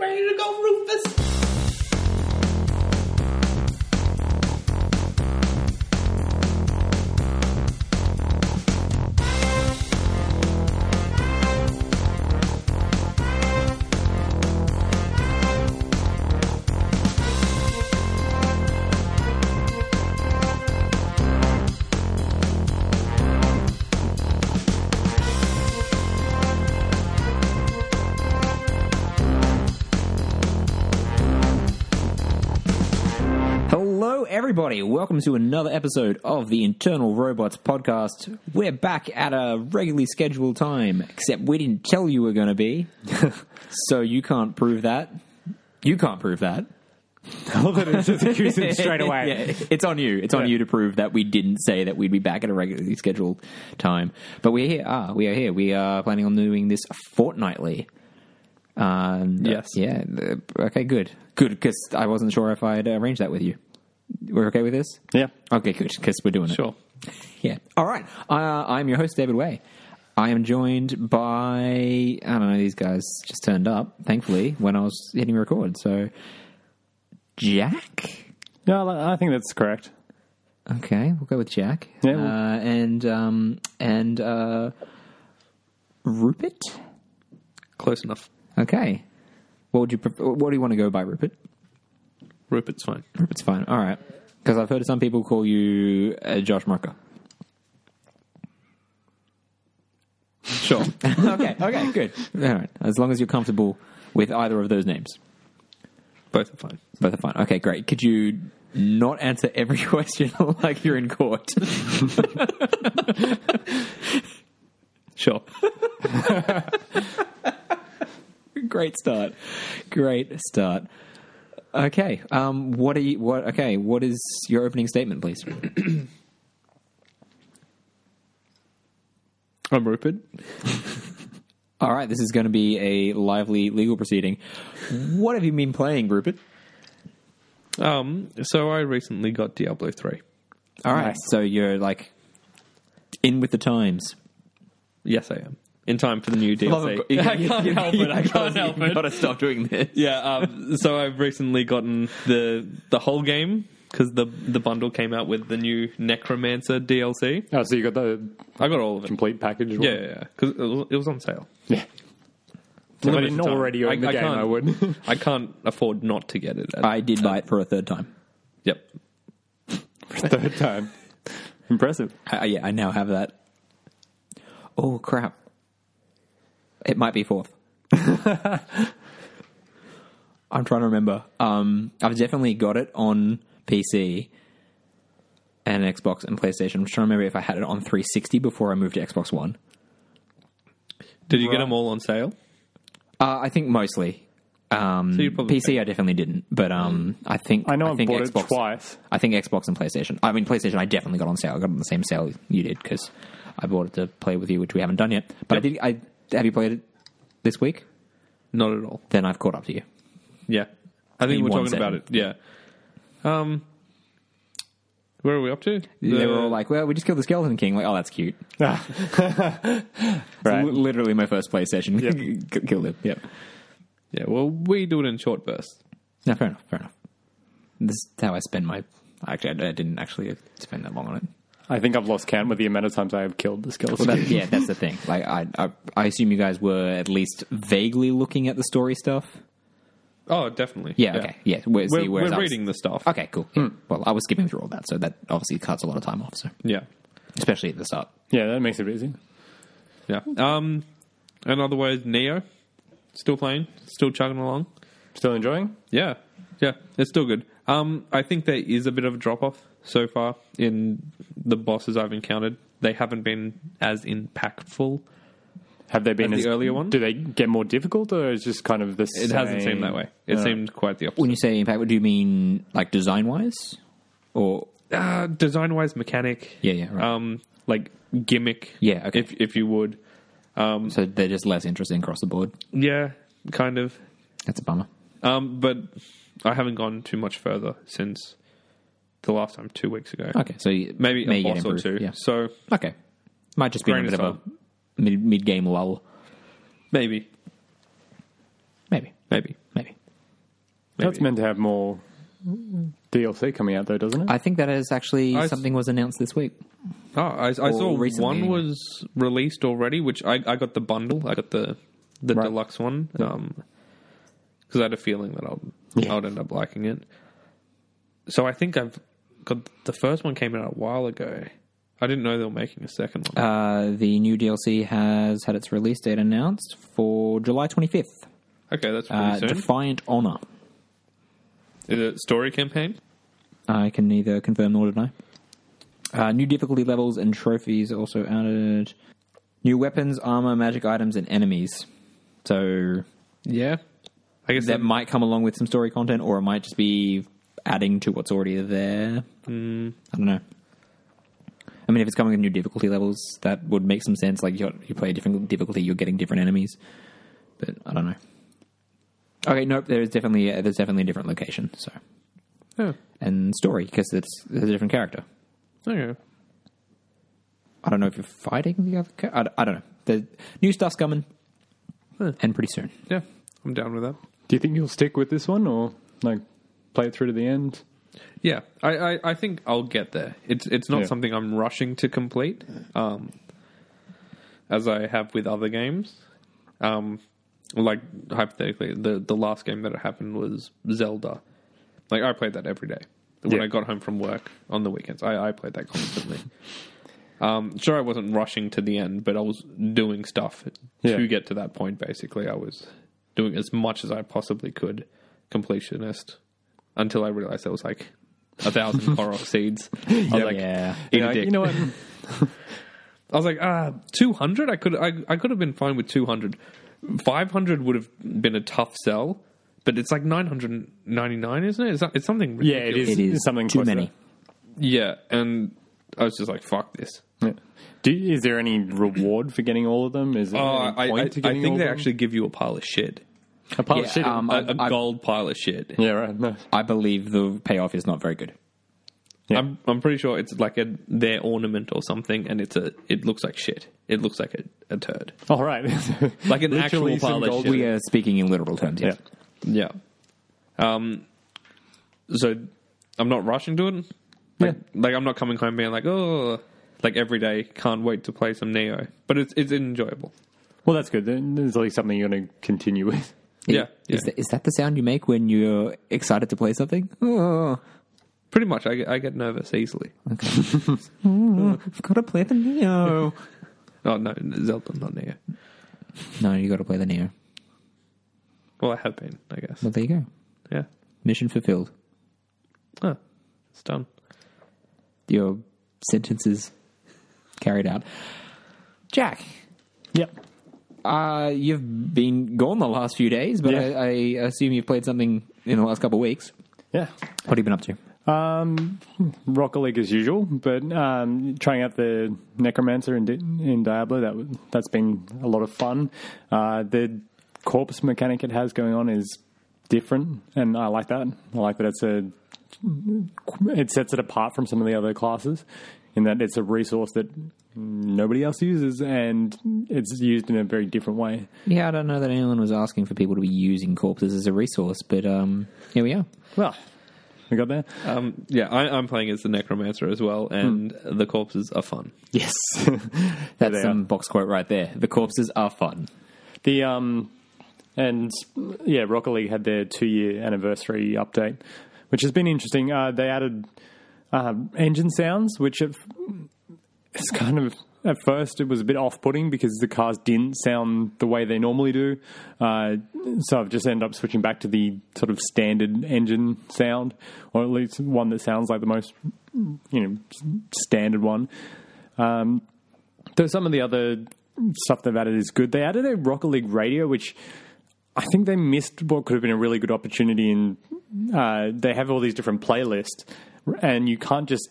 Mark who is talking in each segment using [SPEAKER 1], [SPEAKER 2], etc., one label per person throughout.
[SPEAKER 1] ready to go, Rufus.
[SPEAKER 2] Hello, everybody. Welcome to another episode of the Internal Robots podcast. We're back at a regularly scheduled time, except we didn't tell you we're going to be, so you can't prove that. You can't prove that.
[SPEAKER 3] I love that it's just accusing straight away.
[SPEAKER 2] Yeah, it's on you. It's on
[SPEAKER 3] Yeah.
[SPEAKER 2] you to prove that we didn't say that we'd be back at a regularly scheduled time. But we're here. Ah, we are here. We are planning on doing this fortnightly. Um,
[SPEAKER 3] Yes.
[SPEAKER 2] Yeah. th- Okay. Good. Good. Because I wasn't sure if I'd arranged that with you. We're okay with this.
[SPEAKER 3] Yeah.
[SPEAKER 2] Okay. Good. Because we're doing it.
[SPEAKER 3] Sure.
[SPEAKER 2] Yeah. All right. Uh, I'm your host, David Way. I am joined by I don't know. These guys just turned up, thankfully, when I was hitting record. So, Jack.
[SPEAKER 3] No, I I think that's correct.
[SPEAKER 2] Okay, we'll go with Jack.
[SPEAKER 3] Yeah, we'll-
[SPEAKER 2] Uh, and um, and uh, Rupert.
[SPEAKER 4] Close enough.
[SPEAKER 2] Okay. What would you? pref- What do you want to go by, Rupert?
[SPEAKER 4] Rupert's fine.
[SPEAKER 2] Rupert's fine. All right. Because I've heard of some people call you uh, Josh Marker.
[SPEAKER 4] Sure.
[SPEAKER 2] okay. Okay. Good. All right. As long as you're comfortable with either of those names,
[SPEAKER 4] Both are fine.
[SPEAKER 2] both are fine. Okay. Great. Could you not answer every question like you're in court?
[SPEAKER 4] Sure.
[SPEAKER 2] Great start. Great start. Okay. Um, what are you? What? Okay. What is your opening statement, please?
[SPEAKER 4] I'm Rupert.
[SPEAKER 2] All right. This is going to be a lively legal proceeding. What have you been playing, Rupert?
[SPEAKER 4] Um, so I recently got Diablo 3.
[SPEAKER 2] All right.
[SPEAKER 3] Nice.
[SPEAKER 2] So you're like in with the times.
[SPEAKER 4] Yes, I am. In time for the new DLC.
[SPEAKER 2] You-
[SPEAKER 4] I
[SPEAKER 2] you-
[SPEAKER 4] can't
[SPEAKER 2] you-
[SPEAKER 4] help
[SPEAKER 2] you-
[SPEAKER 4] it. I can't help
[SPEAKER 2] You've
[SPEAKER 4] it.
[SPEAKER 2] got to stop doing this.
[SPEAKER 4] Yeah, um, so I've recently gotten the the whole game because the the bundle came out with the new Necromancer DLC.
[SPEAKER 3] Oh, so you got the
[SPEAKER 4] I got all of it.
[SPEAKER 3] complete package?
[SPEAKER 4] Yeah, yeah, because it, was- it was on sale.
[SPEAKER 3] yeah. If I didn't
[SPEAKER 4] Limited time.
[SPEAKER 3] already own the
[SPEAKER 4] I
[SPEAKER 3] game,
[SPEAKER 4] can't-
[SPEAKER 3] I would.
[SPEAKER 4] I can't afford not to get it. at-
[SPEAKER 2] I did buy it for a third time.
[SPEAKER 4] yep.
[SPEAKER 3] Third time. Impressive.
[SPEAKER 2] I, yeah, I now have that. Oh crap! It might be fourth. I'm trying to remember. Um, I've definitely got it on PC and Xbox and PlayStation. I'm just trying to remember if I had it on 360 before I moved to Xbox One.
[SPEAKER 4] Did you get them all on sale?
[SPEAKER 2] Uh, I think mostly. Um,
[SPEAKER 4] So you probably-
[SPEAKER 2] PC, I definitely didn't, but um, I think
[SPEAKER 3] I know I've
[SPEAKER 2] think
[SPEAKER 3] bought
[SPEAKER 2] Xbox,
[SPEAKER 3] it twice.
[SPEAKER 2] I think Xbox and PlayStation. I mean, PlayStation. I definitely got on sale. I got it on the same sale you did because I bought it to play with you, which we haven't done yet. But I did. I have you played it this week?
[SPEAKER 4] Not at all.
[SPEAKER 2] Then I've caught up to you.
[SPEAKER 4] Yeah. I think
[SPEAKER 2] In
[SPEAKER 4] we're
[SPEAKER 2] one
[SPEAKER 4] talking about it. Yeah. Um, where are we up to?
[SPEAKER 2] they
[SPEAKER 4] The-
[SPEAKER 2] were all like, "Well, we just killed the Skeleton King." Like, oh, that's cute.
[SPEAKER 3] Ah.
[SPEAKER 2] Li-
[SPEAKER 3] right.
[SPEAKER 2] literally, my first PlayStation K- killed him. Yep.
[SPEAKER 4] yeah, well, we do it in short bursts.
[SPEAKER 2] No, fair enough. Fair enough. This is how I spend my. Actually, I I didn't actually spend that long on it.
[SPEAKER 3] I think I've lost count with the amount of times I have killed the skeleton.
[SPEAKER 2] Well, that, yeah, that's the thing. Like, I, I, I assume you guys were at least vaguely looking at the story stuff.
[SPEAKER 4] Oh, definitely.
[SPEAKER 2] Yeah, okay, yeah. Whereas,
[SPEAKER 4] We're,
[SPEAKER 2] see, whereas
[SPEAKER 4] we're
[SPEAKER 2] I was-
[SPEAKER 4] reading the stuff.
[SPEAKER 2] Okay, cool. Yeah. Well, I was skipping through all that, so that obviously cuts a lot of time off. So,
[SPEAKER 4] Yeah.
[SPEAKER 2] especially at the start.
[SPEAKER 3] yeah, that makes it easy.
[SPEAKER 4] Yeah. Um, and otherwise, Neo, still playing, still chugging along.
[SPEAKER 3] Still enjoying?
[SPEAKER 4] Yeah. Yeah. It's still good. Um, I think there is a bit of a drop off so far in the bosses I've encountered. They haven't been as impactful.
[SPEAKER 3] Have they been
[SPEAKER 4] As
[SPEAKER 3] as,
[SPEAKER 4] the earlier one?
[SPEAKER 3] Do they get more difficult, or is just kind of this?
[SPEAKER 4] It hasn't seemed that way. It seemed quite the opposite.
[SPEAKER 2] When you say impact, do you mean like design wise, or
[SPEAKER 4] uh, design wise mechanic
[SPEAKER 2] Yeah, yeah, right.
[SPEAKER 4] um like gimmick
[SPEAKER 2] Yeah, okay.
[SPEAKER 4] if if you would
[SPEAKER 2] so they're just less interesting across the board?
[SPEAKER 4] yeah kind of
[SPEAKER 2] That's a bummer.
[SPEAKER 4] um but i haven't gone too much further since the last time two weeks ago
[SPEAKER 2] Okay, so you,
[SPEAKER 4] maybe
[SPEAKER 2] may
[SPEAKER 4] a
[SPEAKER 2] get
[SPEAKER 4] boss or
[SPEAKER 2] improved,
[SPEAKER 4] two
[SPEAKER 2] Yeah.
[SPEAKER 4] so
[SPEAKER 2] Okay, might just be a
[SPEAKER 4] Grain
[SPEAKER 2] bit
[SPEAKER 4] of
[SPEAKER 2] of a mid mid game lull.
[SPEAKER 4] maybe
[SPEAKER 2] Maybe,
[SPEAKER 4] maybe
[SPEAKER 2] maybe.
[SPEAKER 3] That's meant to have more DLC coming out, though, doesn't it?
[SPEAKER 2] I think that is actually
[SPEAKER 4] I-
[SPEAKER 2] something was announced this week.
[SPEAKER 4] Oh, I, I saw
[SPEAKER 2] recently.
[SPEAKER 4] one was released already, which I, I got the bundle. I got the the
[SPEAKER 3] Right.
[SPEAKER 4] deluxe one because I had a feeling that I'll
[SPEAKER 3] Yeah.
[SPEAKER 4] I'd end up liking it. So I think I've got the first one came out a while ago. I didn't know they were making a second one.
[SPEAKER 2] Uh, the new DLC has had its release date announced for July 25th.
[SPEAKER 4] okay, that's pretty
[SPEAKER 2] Uh,
[SPEAKER 4] soon.
[SPEAKER 2] Defiant Honor.
[SPEAKER 4] Is it story campaign?
[SPEAKER 2] I can neither confirm nor deny. Uh, new difficulty levels and trophies also added. New weapons, armor, magic items, and enemies. So
[SPEAKER 4] Yeah, I guess
[SPEAKER 2] that
[SPEAKER 4] that,
[SPEAKER 2] might come along with some story content, or it might just be adding to what's already there. I don't know. I mean, if it's coming with new difficulty levels, that would make some sense. Like you, you play a different difficulty, you're getting different enemies. But I don't know. Okay, nope. There is definitely uh, there's definitely a different location. So
[SPEAKER 4] yeah.
[SPEAKER 2] and story because it's, it's a different character.
[SPEAKER 4] Okay.
[SPEAKER 2] I don't know if you're fighting the other. Ca- I, d- I don't know. The new stuff's coming,
[SPEAKER 4] Huh.
[SPEAKER 2] and pretty soon.
[SPEAKER 4] yeah, I'm down with that.
[SPEAKER 3] Do you think you'll stick with this one or like play it through to the end?
[SPEAKER 4] Yeah, I, I, I think I'll get there. It's it's not
[SPEAKER 3] Yeah.
[SPEAKER 4] something I'm rushing to complete, um, as I have with other games. Um, like hypothetically, the the last game that it happened was Zelda. Like I played that every day when
[SPEAKER 3] Yeah.
[SPEAKER 4] I got home from work on the weekends. I, I played that constantly. um, sure, I wasn't rushing to the end, but I was doing stuff
[SPEAKER 3] Yeah.
[SPEAKER 4] to get to that point. Basically, I was doing as much as I possibly could, completionist, until I realized there was like a thousand Korok seeds. I was like,
[SPEAKER 2] Yeah.
[SPEAKER 4] eat
[SPEAKER 3] You're
[SPEAKER 4] a
[SPEAKER 3] like,
[SPEAKER 4] dick.
[SPEAKER 3] you know what?
[SPEAKER 4] I was like, ah, two hundred. I could, I, I could have been fine with two hundred. Five hundred would have been a tough sell, but it's like nine hundred ninety nine, isn't it? It's, it's something.
[SPEAKER 3] yeah,
[SPEAKER 4] Ridiculous.
[SPEAKER 3] it is,
[SPEAKER 2] It is
[SPEAKER 3] something
[SPEAKER 2] too
[SPEAKER 3] close to
[SPEAKER 2] many.
[SPEAKER 4] Yeah, and I was just like, fuck this.
[SPEAKER 3] that. Yeah. Do, is there any reward for getting all of them? Is there
[SPEAKER 4] Oh,
[SPEAKER 3] any
[SPEAKER 4] I, I,
[SPEAKER 3] point
[SPEAKER 4] I
[SPEAKER 3] to getting
[SPEAKER 4] think
[SPEAKER 3] all
[SPEAKER 4] they
[SPEAKER 3] of them?
[SPEAKER 4] actually give you a pile of shit,
[SPEAKER 3] a pile of
[SPEAKER 2] Yeah,
[SPEAKER 3] shit.
[SPEAKER 2] um,
[SPEAKER 4] a, a
[SPEAKER 2] I-
[SPEAKER 4] gold pile of shit.
[SPEAKER 3] yeah, right. No.
[SPEAKER 2] I believe the payoff is not very good.
[SPEAKER 3] Yeah.
[SPEAKER 4] I'm, I'm pretty sure it's like a their ornament or something, and it's a, it looks like shit. It looks like a, a turd,
[SPEAKER 3] All right.
[SPEAKER 4] like an
[SPEAKER 3] Literally
[SPEAKER 4] actual
[SPEAKER 3] some
[SPEAKER 4] pile of
[SPEAKER 3] gold
[SPEAKER 4] shit.
[SPEAKER 2] We are speaking in literal terms.
[SPEAKER 3] yeah.
[SPEAKER 2] Yes.
[SPEAKER 4] Yeah. Um. So I'm not rushing to it. Like, like I'm not coming home being like, oh, like every day can't wait to play some Neo. But it's it's enjoyable.
[SPEAKER 3] Well, that's good. Then There's at least something you're going to continue with.
[SPEAKER 4] Yeah, yeah.
[SPEAKER 2] Is, that, is that the sound you make when you're excited to play something? Oh,
[SPEAKER 4] Pretty much, I get, I get nervous easily.
[SPEAKER 2] I've got to play the Neo.
[SPEAKER 4] Oh no, Zelda, not Neo.
[SPEAKER 2] no, you got to play the Neo.
[SPEAKER 4] Well, I have been, I guess.
[SPEAKER 2] Well, there you go.
[SPEAKER 4] Yeah.
[SPEAKER 2] Mission fulfilled.
[SPEAKER 4] Oh, it's done.
[SPEAKER 2] Your sentence is carried out. Jack,
[SPEAKER 3] Yep.
[SPEAKER 2] uh, you've been gone the last few days, but
[SPEAKER 3] Yeah.
[SPEAKER 2] I, I assume you've played something in the last couple of weeks.
[SPEAKER 3] Yeah.
[SPEAKER 2] What have you been up to?
[SPEAKER 3] Um, Rocket League as usual, but um, trying out the Necromancer in, Di- in Diablo that w- that's been a lot of fun. Uh, the corpse mechanic it has going on is different, and I like that. I like that it's a it sets it apart from some of the other classes in that it's a resource that nobody else uses, and it's used in a very different way.
[SPEAKER 2] Yeah, I don't know that anyone was asking for people to be using corpses as a resource, but um, here we are.
[SPEAKER 3] Well, we got there.
[SPEAKER 4] Um, yeah, I, I'm playing as the Necromancer as well, and the corpses are fun.
[SPEAKER 3] Yes.
[SPEAKER 2] That's
[SPEAKER 3] they
[SPEAKER 2] some box quote right there. The corpses are fun.
[SPEAKER 3] The um, and yeah, Rocket League had their two-year anniversary update, which has been interesting. Uh, they added uh, engine sounds, which at, it's kind of at first it was a bit off-putting because the cars didn't sound the way they normally do. Uh, so I've just ended up switching back to the sort of standard engine sound, or at least one that sounds like the most you know standard one. Though some of the other stuff they've added is good. They added a Rocket League radio, which I think they missed what could have been a really good opportunity. In uh, they have all these different playlists, and you can't just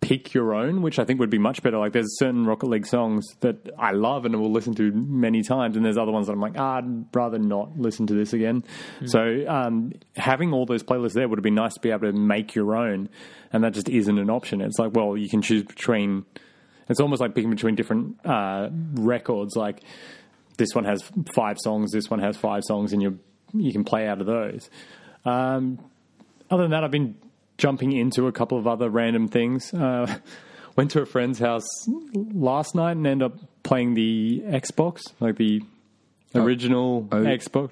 [SPEAKER 3] pick your own, which I think would be much better. Like there's certain Rocket League songs that I love and will listen to many times, and there's other ones that I'm like, ah, I'd rather not listen to this again. So um, having all those playlists there would have been nice to be able to make your own, and that just isn't an option. It's like, well, you can choose between. It's almost like picking between different uh, records. Like this one has five songs, this one has five songs, and you you can play out of those. Um, other than that, I've been jumping into a couple of other random things. Uh, went to a friend's house last night and ended up playing the Xbox, like the original
[SPEAKER 2] Oh.
[SPEAKER 3] Xbox.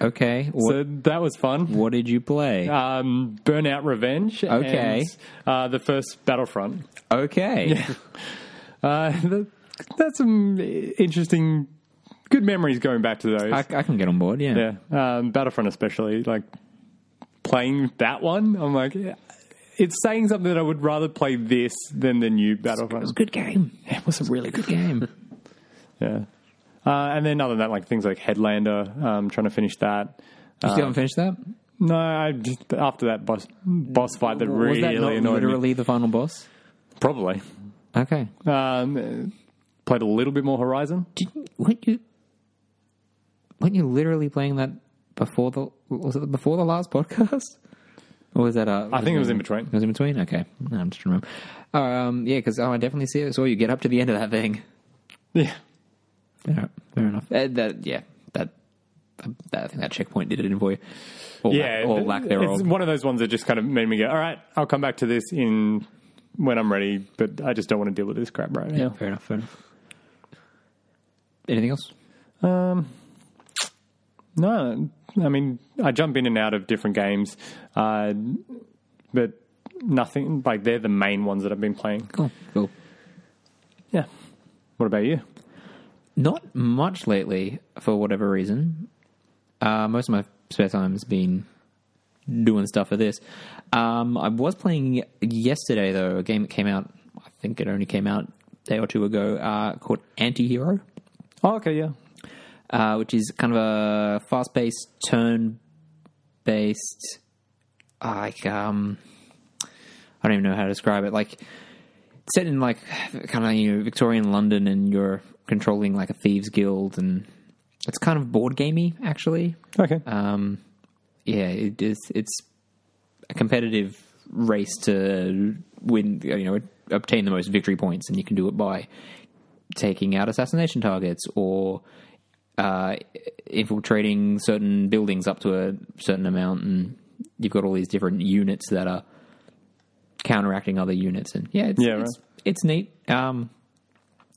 [SPEAKER 2] Okay. What,
[SPEAKER 3] So that was fun.
[SPEAKER 2] what did you play?
[SPEAKER 3] Um, Burnout Revenge.
[SPEAKER 2] Okay.
[SPEAKER 3] And, uh, the first Battlefront.
[SPEAKER 2] okay.
[SPEAKER 3] Uh, that, that's some interesting, good memories going back to those.
[SPEAKER 2] I, I can get on board. Yeah.
[SPEAKER 3] yeah, um, Battlefront especially. Like playing that one, I'm like, yeah, it's saying something that I would rather play this than the new
[SPEAKER 2] It was a
[SPEAKER 3] Battlefront.
[SPEAKER 2] good game. It was a really good game.
[SPEAKER 3] Yeah. Uh, and then other than that, like things like Headlander, um, trying to finish that.
[SPEAKER 2] You
[SPEAKER 3] Uh,
[SPEAKER 2] still haven't finished that?
[SPEAKER 3] No, I just, after that boss boss fight that
[SPEAKER 2] was
[SPEAKER 3] really
[SPEAKER 2] that not
[SPEAKER 3] annoyed me.
[SPEAKER 2] literally the final boss?
[SPEAKER 3] Probably
[SPEAKER 2] Okay.
[SPEAKER 3] um, played a little bit more Horizon.
[SPEAKER 2] Didn't, weren't you? Weren't you literally playing that before the was it before the last podcast? Or was that? Uh,
[SPEAKER 3] I think it was in between.
[SPEAKER 2] It was in between. Okay, No, I'm just trying to remember. Um, yeah, because oh, I definitely see saw you get up to the end of that thing.
[SPEAKER 3] Yeah.
[SPEAKER 2] Fair, fair enough. Uh, that yeah, that, that I think that checkpoint did it in for you. Or
[SPEAKER 3] yeah,
[SPEAKER 2] lack, or lack
[SPEAKER 3] It's
[SPEAKER 2] thereof.
[SPEAKER 3] one of those ones that just kind of made me go, "All right, I'll come back to this in when I'm ready," but I just don't want to deal with this crap right now.
[SPEAKER 2] Fair enough. Fair enough. Anything else?
[SPEAKER 3] No, I mean, I jump in and out of different games, uh, but nothing like they're the main ones that I've been playing.
[SPEAKER 2] Cool. Cool.
[SPEAKER 3] Yeah. What about you?
[SPEAKER 2] Not much lately, for whatever reason. Uh, most of my spare time has been doing stuff for this. Um, I was playing yesterday, though, a game that came out, I think it only came out a day or two ago, uh, called Antihero,
[SPEAKER 3] Oh, okay, yeah.
[SPEAKER 2] uh, which is kind of a fast paced, turn based, like, um, I don't even know how to describe it. Like, set in like kind of you know Victorian London, and you're controlling like a thieves guild, and it's kind of board gamey actually.
[SPEAKER 3] Okay.
[SPEAKER 2] Um, yeah, it is. It's a competitive race to win. You know, obtain the most victory points, and you can do it by taking out assassination targets or uh, infiltrating certain buildings up to a certain amount, and you've got all these different units that are counteracting other units. And yeah, it's
[SPEAKER 3] Yeah, right.
[SPEAKER 2] it's, it's neat. Um,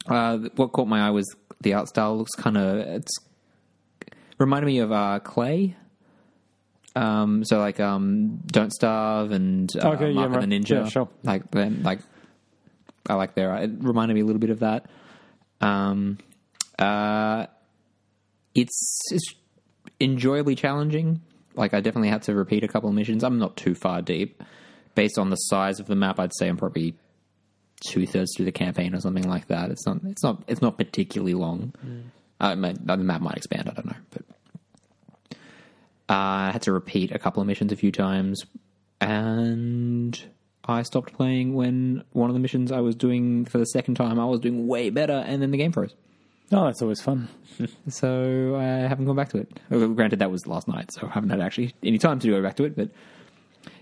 [SPEAKER 2] uh, what caught my eye was the art style looks kind of it's reminded me of uh, Clay. Um, so like um, Don't Starve and uh,
[SPEAKER 3] Okay, yeah,
[SPEAKER 2] Mark
[SPEAKER 3] right.
[SPEAKER 2] and the Ninja.
[SPEAKER 3] Yeah, sure.
[SPEAKER 2] Like then like I like their it reminded me a little bit of that. Um, uh, it's it's enjoyably challenging. Like I definitely had to repeat a couple of missions. I'm not too far deep. Based on the size of the map, I'd say I'm probably two thirds through the campaign or something like that. It's not it's not it's not particularly long.
[SPEAKER 3] Mm.
[SPEAKER 2] Uh, it might- the map might expand. I don't know, but uh, I had to repeat a couple of missions a few times, and I stopped playing when one of the missions I was doing for the second time I was doing way better, and then the game froze.
[SPEAKER 3] oh, that's always fun.
[SPEAKER 2] So I haven't gone back to it. Uh, Granted, that was last night, so I haven't had actually any time to go back to it. But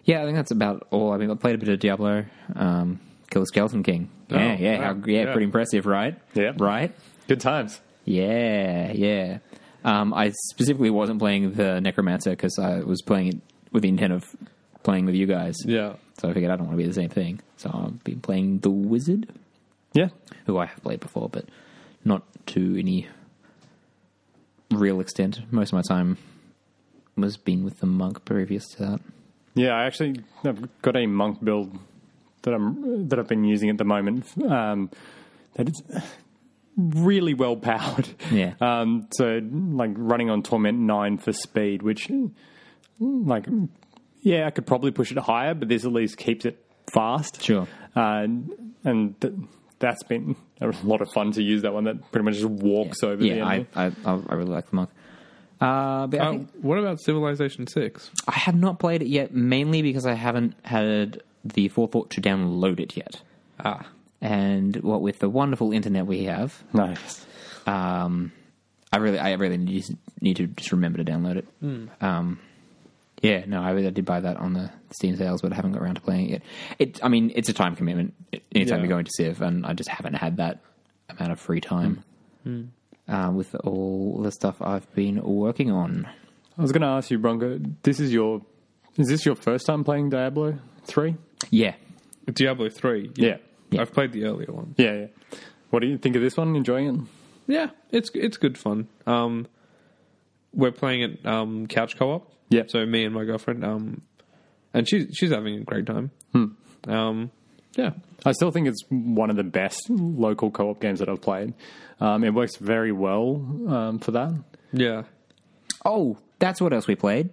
[SPEAKER 2] yeah, I think that's about all. I mean, I played a bit of Diablo, um, Kill the Skeleton King. yeah, yeah,
[SPEAKER 4] Oh, wow.
[SPEAKER 2] how- yeah,
[SPEAKER 4] Yeah.
[SPEAKER 2] pretty impressive, right?
[SPEAKER 3] Yeah.
[SPEAKER 2] right.
[SPEAKER 3] Good times.
[SPEAKER 2] Yeah, yeah. Um, I specifically wasn't playing the Necromancer because I was playing it with the intent of playing with you guys.
[SPEAKER 4] Yeah.
[SPEAKER 2] So I figured I don't want to be the same thing. So I've been playing the Wizard,
[SPEAKER 3] Yeah.
[SPEAKER 2] who I have played before, but not to any real extent. Most of my time was been with the monk previous to that.
[SPEAKER 3] Yeah, I actually I've got a monk build that I'm that I've been using at the moment. Um, that is really well powered.
[SPEAKER 2] Yeah.
[SPEAKER 3] Um, so like running on torment nine for speed, which like yeah, I could probably push it higher, but this at least keeps it fast.
[SPEAKER 2] Sure.
[SPEAKER 3] Uh, and th- that's been a lot of fun to use that one. That pretty much just walks over. the Oh.
[SPEAKER 2] yeah, I,
[SPEAKER 3] enemy.
[SPEAKER 2] I, I I really like the monk. Uh, but I
[SPEAKER 4] Uh,
[SPEAKER 2] think
[SPEAKER 4] what about Civilization Six?
[SPEAKER 2] I have not played it yet, mainly because I haven't had the forethought to download it yet.
[SPEAKER 4] Ah,
[SPEAKER 2] And what with the wonderful internet we have,
[SPEAKER 3] nice.
[SPEAKER 2] um, I really, I really need to, need to just remember to download it.
[SPEAKER 4] Hmm.
[SPEAKER 2] Um, yeah, no, I, I did buy that on the Steam sales, but I haven't got around to playing it. yet. It, I mean, it's a time commitment. Anytime
[SPEAKER 4] Yeah.
[SPEAKER 2] you go into Civ, and I just haven't had that amount of free time
[SPEAKER 4] Hmm.
[SPEAKER 2] uh, with all the stuff I've been working on.
[SPEAKER 3] I was going to ask you, Bronco. This is your Is this your first time playing Diablo 3?
[SPEAKER 2] Yeah.
[SPEAKER 4] Diablo three.
[SPEAKER 3] Yeah.
[SPEAKER 2] Yeah.
[SPEAKER 4] I've played the earlier one.
[SPEAKER 3] Yeah, yeah. What do you think of this one? Enjoying it?
[SPEAKER 4] Yeah, it's it's good fun. Um, we're playing it um, couch co-op.
[SPEAKER 3] Yep.
[SPEAKER 4] So me and my girlfriend, um, and she's she's having a great time.
[SPEAKER 2] Hmm.
[SPEAKER 4] Um, yeah,
[SPEAKER 3] I still think it's one of the best local co-op games that I've played. Um, it works very well um, for that.
[SPEAKER 4] yeah.
[SPEAKER 2] Oh, that's what else we played.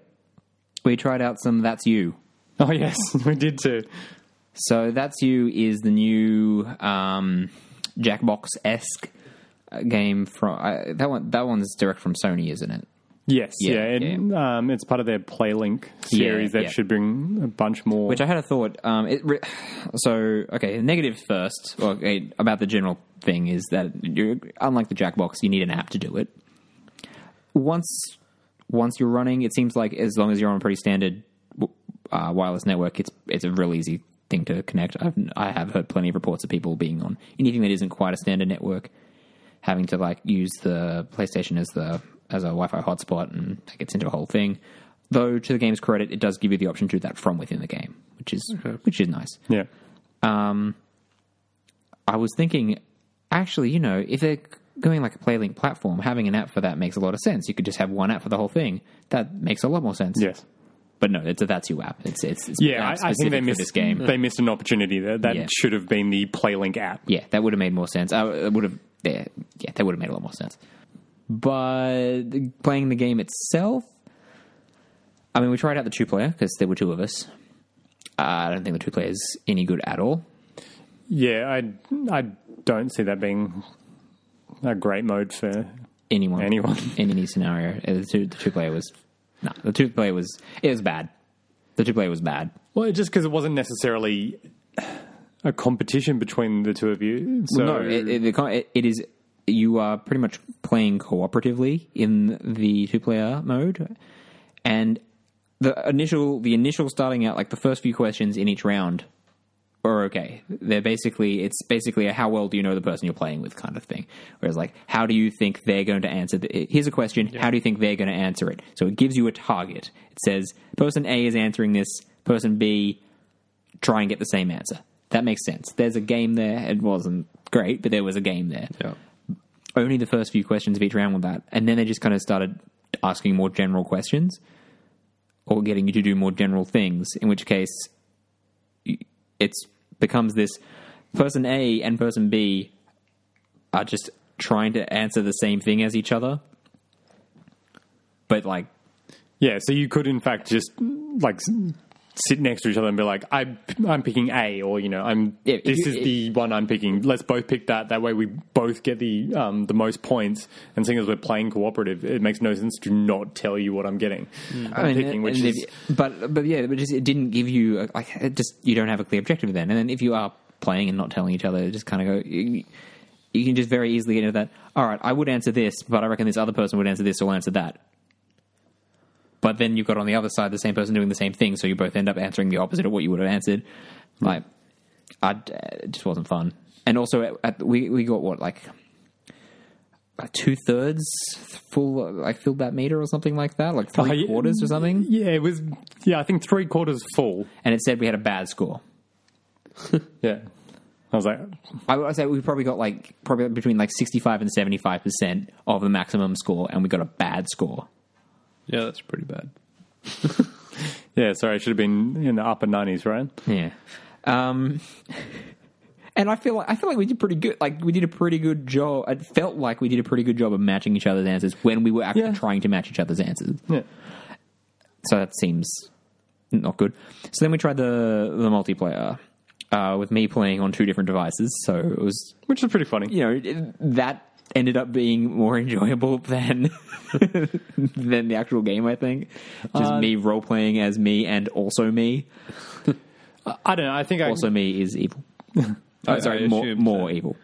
[SPEAKER 2] We tried out some That's You.
[SPEAKER 3] Oh yes, we did too.
[SPEAKER 2] So That's You is the new um, Jackbox esque game from uh, that one. That one's direct from Sony, isn't it?
[SPEAKER 3] Yes, yeah,
[SPEAKER 2] Yeah,
[SPEAKER 3] and, Um, it's part of their PlayLink series
[SPEAKER 2] Yeah,
[SPEAKER 3] that
[SPEAKER 2] yeah.
[SPEAKER 3] should bring a bunch more.
[SPEAKER 2] Which I had a thought. Um, it re- so okay, negative first. Well, okay, about the general thing is that you unlike the Jackbox, you need an app to do it. Once once you're running, it seems like as long as you're on a pretty standard w- uh, wireless network, it's it's a real easy thing to connect. I've I have heard plenty of reports of people being on anything that isn't quite a standard network, having to like use the PlayStation as the as a Wi-Fi hotspot, and that gets into a whole thing. Though to the game's credit, it does give you the option to do that from within the game, which is which is nice.
[SPEAKER 3] yeah,
[SPEAKER 2] I was thinking, actually, you know, if they're going like a PlayLink platform, having an app for that makes a lot of sense. You could just have one app for the whole thing. That makes a lot more sense.
[SPEAKER 3] yes,
[SPEAKER 2] But no, it's a that's you app. It's it's, it's app
[SPEAKER 3] yeah. I, I think
[SPEAKER 2] specific
[SPEAKER 3] they
[SPEAKER 2] for
[SPEAKER 3] missed
[SPEAKER 2] this game.
[SPEAKER 3] They missed an opportunity there. That
[SPEAKER 2] Yeah.
[SPEAKER 3] should have been the PlayLink app.
[SPEAKER 2] Yeah, that would have made more sense. I it would have yeah, yeah, that would have made a lot more sense. But playing the game itself, I mean, we tried out the two player because there were two of us. Uh, I don't think the two player is any good at all.
[SPEAKER 3] Yeah, I I don't see that being a great mode for.
[SPEAKER 2] Anyone,
[SPEAKER 3] Anyone.
[SPEAKER 2] in any scenario, Uh, the two, the two player was no, the two player was it was bad. The two player was bad.
[SPEAKER 3] Well, just because it wasn't necessarily a competition between the two of you. So
[SPEAKER 2] no, it, it, the co- it, it is. You are pretty much playing cooperatively in the two-player mode, and the initial the initial starting out like the first few questions in each round are okay. They're basically it's basically a how well do you know the person you're playing with kind of thing. Whereas like how do you think they're going to answer? The, eh, here's a question: How do you think they're going to answer it? So it gives you a target. It says person A is answering this, person B try and get the same answer. That makes sense. There's a game there. It wasn't great, but there was a game there.
[SPEAKER 4] Yeah.
[SPEAKER 2] Only the first few questions of each round were that, and then they just kind of started asking more general questions or getting you to do more general things. In which case, it becomes this person A and person B are just trying to answer the same thing as each other, but like
[SPEAKER 3] Yeah, so you could in fact just like s- sit next to each other and be like, I, I'm picking A, or you know, I'm
[SPEAKER 2] Yeah,
[SPEAKER 3] this
[SPEAKER 2] you-
[SPEAKER 3] is the one I'm picking. Let's both pick that. That way, we both get the um, the most points. And seeing as we're playing cooperative, it makes no sense to not tell you what I'm getting. I'm
[SPEAKER 2] Mm. mean,
[SPEAKER 3] picking,
[SPEAKER 2] and
[SPEAKER 3] which
[SPEAKER 2] if
[SPEAKER 3] is
[SPEAKER 2] you- but but yeah, but just it didn't give you a, like it just you don't have a clear objective then. And then if you are playing and not telling each other, it just kind of go. You, you can just very easily get into that. All right, I would answer this, but I reckon this other person would answer this, so I'll answer that. But then you've got on the other side the same person doing the same thing, so you both end up answering the opposite of what you would have answered. Like, I uh, it just wasn't fun. And also, at, at, we we got what like two thirds full, like filled that meter or something like that, like three
[SPEAKER 3] Oh, yeah.
[SPEAKER 2] quarters or something.
[SPEAKER 3] yeah, it was yeah. I think three quarters full.
[SPEAKER 2] And it said we had a bad score.
[SPEAKER 3] Yeah, I was like,
[SPEAKER 2] I would say we probably got like probably between like sixty five and seventy five percent of the maximum score, and we got a bad score.
[SPEAKER 4] Yeah, that's pretty bad.
[SPEAKER 3] yeah, sorry, I should have been in the upper nineties, right?
[SPEAKER 2] Yeah. Um, and I feel like I feel like we did pretty good. Like we did a pretty good job. It felt like we did a pretty good job of matching each other's answers when we were actually
[SPEAKER 3] Yeah.
[SPEAKER 2] trying to match each other's answers.
[SPEAKER 3] Yeah,
[SPEAKER 2] So that seems not good. So then we tried the the multiplayer uh, with me playing on two different devices. So it was
[SPEAKER 3] which is pretty funny.
[SPEAKER 2] you know it- that ended up being more enjoyable than than the actual game. I think just me role playing as me and also me.
[SPEAKER 3] I don't know. I think I
[SPEAKER 2] Also me is evil. Oh,
[SPEAKER 4] I-
[SPEAKER 2] sorry,
[SPEAKER 4] I
[SPEAKER 2] more
[SPEAKER 4] assumed
[SPEAKER 2] more evil.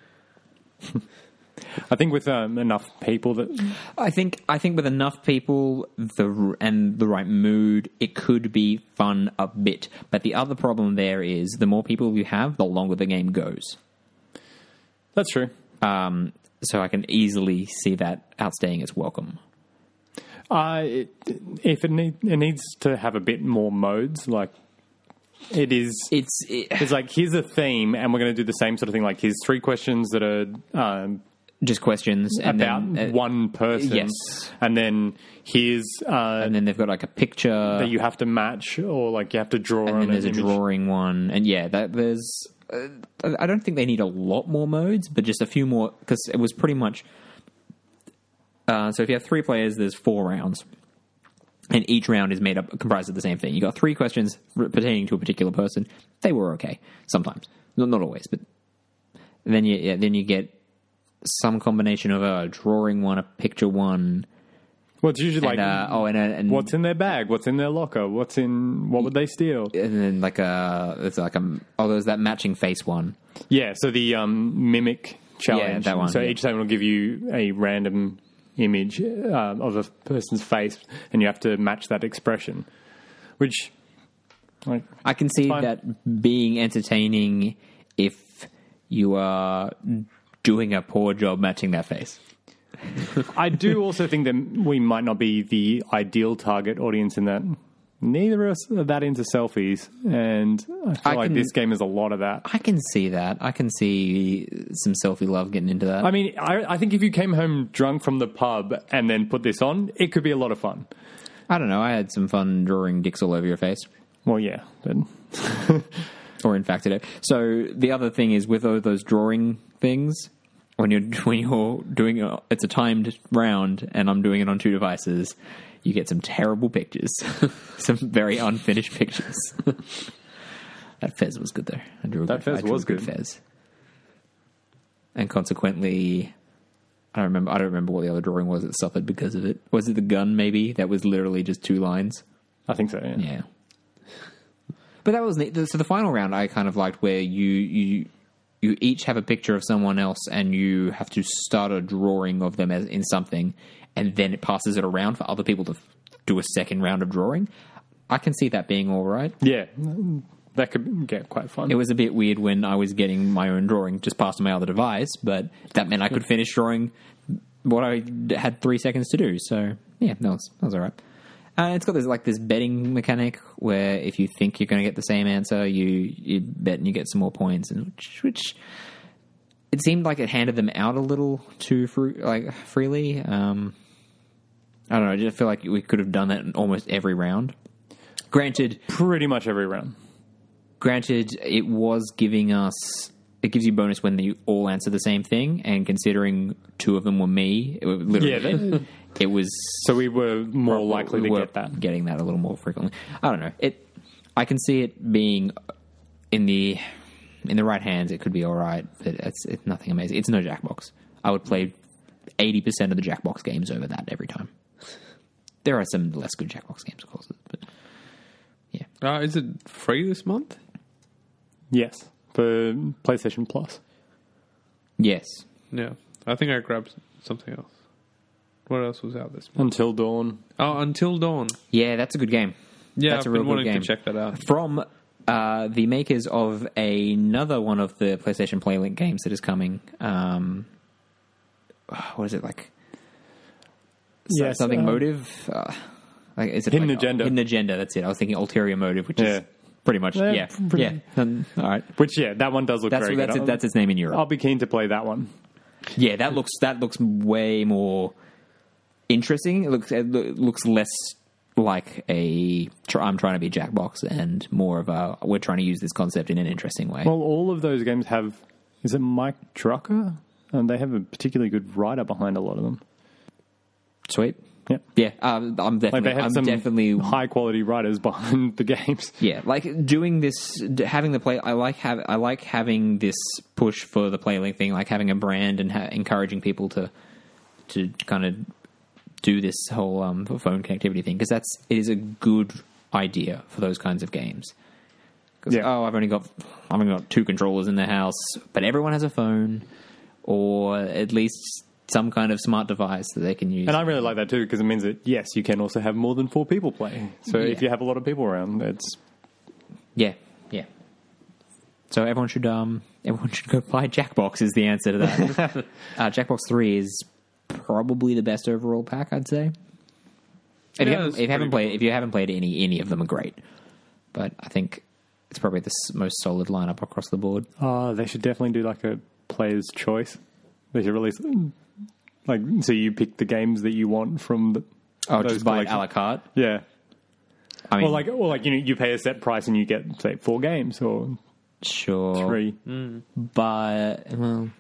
[SPEAKER 3] I think with um, enough people that
[SPEAKER 2] I think I think with enough people the r- and the right mood, it could be fun a bit. But the other problem there is the more people you have, the longer the game goes.
[SPEAKER 3] that's true.
[SPEAKER 2] Um, so I can easily see that outstaying its welcome.
[SPEAKER 3] Uh, it, if it, need, it needs to have a bit more modes, like it is.
[SPEAKER 2] It's it,
[SPEAKER 3] It's like here's a theme, and we're going to do the same sort of thing. Like here's three questions that are um,
[SPEAKER 2] just questions and
[SPEAKER 3] about
[SPEAKER 2] then, uh,
[SPEAKER 3] one person,
[SPEAKER 2] yes.
[SPEAKER 3] and then here's uh,
[SPEAKER 2] and then they've got like a picture,
[SPEAKER 3] that you have to match, or like you have to draw on
[SPEAKER 2] and then
[SPEAKER 3] an
[SPEAKER 2] there's a
[SPEAKER 3] image.
[SPEAKER 2] drawing one, and yeah, that there's. Uh, I don't think they need a lot more modes, but just a few more because it was pretty much. Uh, so if you have three players, there's four rounds, and each round is made up comprised of the same thing. You got three questions r- pertaining to a particular person. They were okay sometimes, not, not always, but then you yeah, then you get some combination of a drawing one, a picture one,
[SPEAKER 3] Well, it's usually
[SPEAKER 2] and,
[SPEAKER 3] like
[SPEAKER 2] uh, oh, and, a, and
[SPEAKER 3] what's in their bag, what's in their locker, what's in what would they steal?
[SPEAKER 2] and then like a it's like a oh, there's that matching face one.
[SPEAKER 3] Yeah, so the um, mimic challenge.
[SPEAKER 2] that one,
[SPEAKER 3] So
[SPEAKER 2] yeah.
[SPEAKER 3] each time will give you a random image um, of a person's face, and you have to match that expression. Which, like,
[SPEAKER 2] I can see
[SPEAKER 3] fine.
[SPEAKER 2] that being entertaining if you are doing a poor job matching their face.
[SPEAKER 3] I do also think that we might not be the ideal target audience in that. Neither of us are that into selfies, and I feel
[SPEAKER 2] I
[SPEAKER 3] like
[SPEAKER 2] can-
[SPEAKER 3] this game is a lot of that.
[SPEAKER 2] I can see that. I can see some selfie love getting into that.
[SPEAKER 3] I mean, I, I think if you came home drunk from the pub and then put this on, it could be a lot of fun.
[SPEAKER 2] I don't know. I had some fun drawing dicks all over your face.
[SPEAKER 3] Well, yeah, but
[SPEAKER 2] or in fact today. So the other thing is with all those drawing things, when you're when you're doing a, it's a timed round, and I'm doing it on two devices, you get some terrible pictures, some very unfinished pictures. that Fez was good though. I drew a
[SPEAKER 3] That
[SPEAKER 2] good, I
[SPEAKER 3] Fez
[SPEAKER 2] drew a
[SPEAKER 3] was good.
[SPEAKER 2] Fez, and consequently. I don't remember. I don't remember what the other drawing was that suffered because of it. Was it the gun? Maybe that was literally just two lines.
[SPEAKER 3] I think so. Yeah.
[SPEAKER 2] Yeah. But that was neat. So the final round I kind of liked where you you you each have a picture of someone else and you have to start a drawing of them as in something, and then it passes it around for other people to do a second round of drawing. I can see that being all right.
[SPEAKER 3] Yeah, that could get quite fun.
[SPEAKER 2] It was a bit weird when I was getting my own drawing just passed to my other device, but that meant I could finish drawing what I had three seconds to do. So yeah, that was that was all right. And it's got this like this betting mechanic where if you think you're going to get the same answer, you you bet and you get some more points, and which, which it seemed like it handed them out a little too fru- like freely. Um, I don't know. I just feel like we could have done that in almost every round. Granted,
[SPEAKER 3] Pretty much every round.
[SPEAKER 2] granted it was giving us it gives you bonus when you all answer the same thing and considering two of them were me it was literally
[SPEAKER 3] Yeah, that-
[SPEAKER 2] it was
[SPEAKER 3] So we were more likely to
[SPEAKER 2] we were
[SPEAKER 3] get that.
[SPEAKER 2] getting that a little more frequently i don't know it i can see it being in the in the right hands it could be all right but it's, it's nothing amazing it's no jackbox i would play 80% of the jackbox games over that every time there are some less good jackbox games of course but
[SPEAKER 4] Uh, is it free this month?
[SPEAKER 3] Yes, for PlayStation Plus.
[SPEAKER 2] yes
[SPEAKER 4] Yeah, I think I grabbed something else. What else was out this month?
[SPEAKER 3] Until Dawn.
[SPEAKER 4] Oh, Until Dawn.
[SPEAKER 2] yeah that's a good game
[SPEAKER 4] Yeah,
[SPEAKER 2] That's
[SPEAKER 4] I've
[SPEAKER 2] a real
[SPEAKER 4] been
[SPEAKER 2] good
[SPEAKER 4] wanting
[SPEAKER 2] game.
[SPEAKER 4] to check that out.
[SPEAKER 2] from uh, the makers of another one of the PlayStation Playlink games that is coming. Um, what is it like? So-
[SPEAKER 3] Yes,
[SPEAKER 2] something
[SPEAKER 3] um,
[SPEAKER 2] motive. Uh, like, is it
[SPEAKER 3] Hidden
[SPEAKER 2] like- oh,
[SPEAKER 3] Agenda.
[SPEAKER 2] Hidden agenda. That's it. I was thinking ulterior motive, which
[SPEAKER 3] Yeah.
[SPEAKER 2] is pretty much
[SPEAKER 3] Yeah,
[SPEAKER 2] yeah, yeah.
[SPEAKER 3] pretty-
[SPEAKER 2] Um, all right,
[SPEAKER 3] Which, yeah, that one does look
[SPEAKER 2] that's
[SPEAKER 3] very
[SPEAKER 2] that's
[SPEAKER 3] good.
[SPEAKER 2] it, that's its name in Europe.
[SPEAKER 3] I'll be keen to play that one.
[SPEAKER 2] Yeah, that looks that looks way more interesting. It looks it loo- looks less like a tr- I'm trying to be Jackbox and more of a we're trying to use this concept in an interesting way.
[SPEAKER 3] Well, all of those games have. Is it Mike Drucker? And they have a particularly good writer behind a lot of them.
[SPEAKER 2] Sweet.
[SPEAKER 3] Yep.
[SPEAKER 2] Yeah, um, I'm
[SPEAKER 3] Like
[SPEAKER 2] definitely.
[SPEAKER 3] they have
[SPEAKER 2] I'm
[SPEAKER 3] some
[SPEAKER 2] definitely.
[SPEAKER 3] high quality writers behind the games.
[SPEAKER 2] Yeah, like doing this, d- having the play. I like have. I like having this push for the playlink thing, like having a brand and ha- encouraging people to to kind of do this whole um, phone connectivity thing because that's it is a good idea for those kinds of games. 'Cause,
[SPEAKER 3] Yeah.
[SPEAKER 2] Oh, I've only got I've only got two controllers in the house, but everyone has a phone or at least some kind of smart device that they can use.
[SPEAKER 3] And I really like that too because it means that yes, you can also have more than four people play. So if
[SPEAKER 2] Yeah.
[SPEAKER 3] you have a lot of people around, it's
[SPEAKER 2] Yeah, yeah. So everyone should um everyone should go buy Jackbox is the answer to that. uh, Jackbox three is probably the best overall pack, I'd say. If,
[SPEAKER 4] Yeah,
[SPEAKER 2] you, haven't,
[SPEAKER 4] it's
[SPEAKER 2] if you haven't
[SPEAKER 4] pretty
[SPEAKER 2] played, if you haven't played any, any of them are great. But I think it's probably the s- most solid lineup across the board.
[SPEAKER 3] Uh, they should definitely do like a player's choice. They should release like so you pick the games that you want from the
[SPEAKER 2] Oh,
[SPEAKER 3] those
[SPEAKER 2] just buy it a
[SPEAKER 3] collections.
[SPEAKER 2] la carte.
[SPEAKER 3] yeah.
[SPEAKER 2] I mean,
[SPEAKER 3] Or like or like you know you pay a set price and you get say four games or
[SPEAKER 2] sure,
[SPEAKER 3] three.
[SPEAKER 2] but well,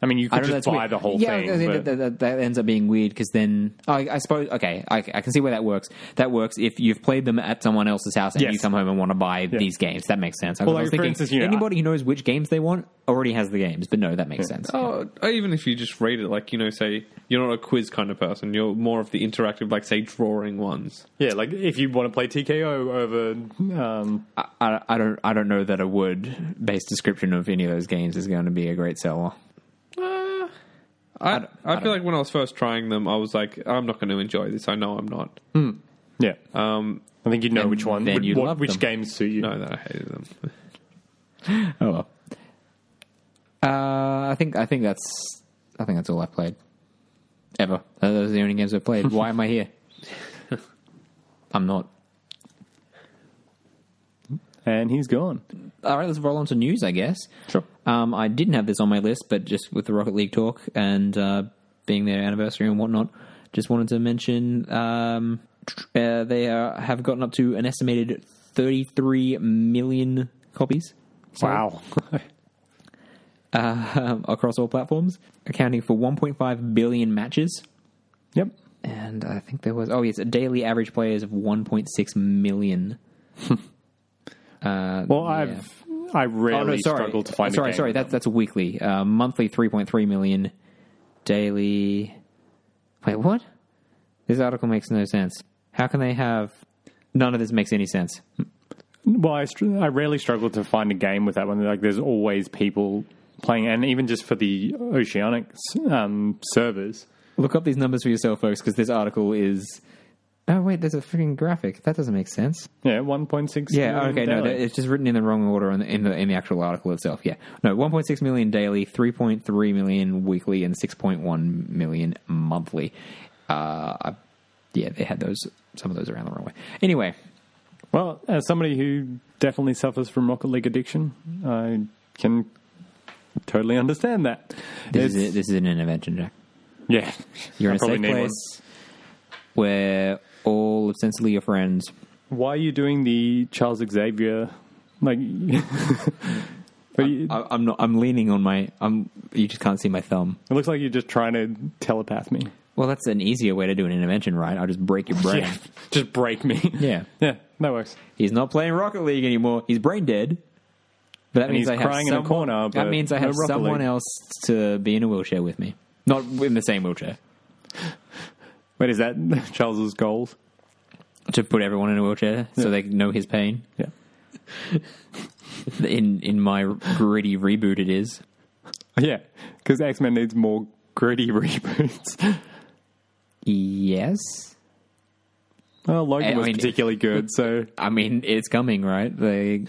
[SPEAKER 3] I mean you
[SPEAKER 2] I
[SPEAKER 3] could
[SPEAKER 2] don't know.
[SPEAKER 3] just
[SPEAKER 2] That's
[SPEAKER 3] buy
[SPEAKER 2] weird.
[SPEAKER 3] the whole
[SPEAKER 2] yeah,
[SPEAKER 3] thing.
[SPEAKER 2] I think
[SPEAKER 3] but-
[SPEAKER 2] that, that, that ends up being weird because then I, I suppose okay, I, I can see where that works. That works if you've played them at someone else's house and
[SPEAKER 3] Yes.
[SPEAKER 2] you come home and want to buy these games. That makes sense. I,
[SPEAKER 3] Well,
[SPEAKER 2] was
[SPEAKER 3] like, for
[SPEAKER 2] thinking
[SPEAKER 3] instance, you know,
[SPEAKER 2] anybody who knows which games they want already has the games, but no, that makes sense.
[SPEAKER 4] Oh, even if you just read it, like you know, say you're not a quiz kind of person. You're more of the interactive, like say drawing ones.
[SPEAKER 3] yeah, like if you want to play TKO over um,
[SPEAKER 2] I, I, I don't I don't know that a word based description of any of those games is going to be a great seller.
[SPEAKER 4] I, I,
[SPEAKER 2] don't- I
[SPEAKER 4] feel like when I was first trying them, I was like, I'm not going to enjoy this. I know I'm not.
[SPEAKER 3] yeah. Um I think you'd know which one
[SPEAKER 2] then
[SPEAKER 3] would-
[SPEAKER 2] you'd
[SPEAKER 3] what-
[SPEAKER 2] love
[SPEAKER 3] which
[SPEAKER 2] them.
[SPEAKER 3] games suit you.
[SPEAKER 4] No, that I hated them.
[SPEAKER 2] Oh well. Uh, I think I think that's I think that's all I've played ever. Uh, Those are the only games I've played. Why am I here? I'm not.
[SPEAKER 3] And he's gone.
[SPEAKER 2] All right, let's roll on to news, I guess.
[SPEAKER 3] Sure.
[SPEAKER 2] Um, I didn't have this on my list, but just with the Rocket League talk and uh, being their anniversary and whatnot, just wanted to mention um, uh, they are, have gotten up to an estimated 33 million copies.
[SPEAKER 3] Wow.
[SPEAKER 2] um, across all platforms, accounting for 1.5 billion matches.
[SPEAKER 3] yep.
[SPEAKER 2] And I think there was oh yes, a daily average players of 1.6 million.
[SPEAKER 3] Well, I've I
[SPEAKER 2] Oh
[SPEAKER 3] rarely
[SPEAKER 2] no, sorry,
[SPEAKER 3] struggle to find.
[SPEAKER 2] sorry,
[SPEAKER 3] a game.
[SPEAKER 2] sorry. That's that's a weekly. Uh, monthly 3.3 million. Daily. Wait, what? This article makes no sense. How can they have? None of this makes any sense.
[SPEAKER 3] Well, I, str- I rarely struggle to find a game with that one. Like, there's always people playing, and even just for the Oceanic um, servers.
[SPEAKER 2] Look up these numbers for yourself, folks, because this article is. Oh wait, there's a freaking graphic. That doesn't make sense.
[SPEAKER 3] Yeah, one point six.
[SPEAKER 2] Yeah, okay, no, that, it's just written in the wrong order in the, in the in the actual article itself. Yeah, no, 1.6 million daily, 3.3 million weekly, and 6.1 million monthly. Uh, I- yeah, they had those some of those around the wrong way. Anyway,
[SPEAKER 3] well, as somebody who definitely suffers from Rocket League addiction, I can totally understand that.
[SPEAKER 2] this
[SPEAKER 3] It's-
[SPEAKER 2] is this is an intervention, Jack.
[SPEAKER 3] Yeah,
[SPEAKER 2] You're
[SPEAKER 3] I
[SPEAKER 2] in a
[SPEAKER 3] probably
[SPEAKER 2] safe
[SPEAKER 3] need one.
[SPEAKER 2] place where all of sensibly your friends.
[SPEAKER 3] Why are you doing the Charles Xavier? Like, but you,
[SPEAKER 2] I, I'm not. I'm leaning on my. I'm. You just can't see my thumb.
[SPEAKER 3] it looks like you're just trying to telepath me.
[SPEAKER 2] Well, that's an easier way to do an intervention, right? I'll just break your brain.
[SPEAKER 3] Yeah, just break me.
[SPEAKER 2] yeah.
[SPEAKER 3] yeah, that works.
[SPEAKER 2] He's not playing Rocket League anymore. He's brain dead. But that
[SPEAKER 3] And
[SPEAKER 2] means
[SPEAKER 3] he's
[SPEAKER 2] I have
[SPEAKER 3] crying in a
[SPEAKER 2] someone,
[SPEAKER 3] corner,
[SPEAKER 2] That
[SPEAKER 3] but
[SPEAKER 2] means I
[SPEAKER 3] no
[SPEAKER 2] have
[SPEAKER 3] Rocket
[SPEAKER 2] someone
[SPEAKER 3] League.
[SPEAKER 2] else to be in a wheelchair with me, not in the same wheelchair.
[SPEAKER 3] Wait, is that Charles's goals?
[SPEAKER 2] To put everyone in a wheelchair so they know his pain.
[SPEAKER 3] Yeah.
[SPEAKER 2] In in my gritty reboot, it is.
[SPEAKER 3] Oh, Yeah, because X Men needs more gritty reboots.
[SPEAKER 2] Yes,
[SPEAKER 3] Well, Logan
[SPEAKER 2] I
[SPEAKER 3] was
[SPEAKER 2] mean-
[SPEAKER 3] particularly good, so
[SPEAKER 2] I mean it's coming, right? They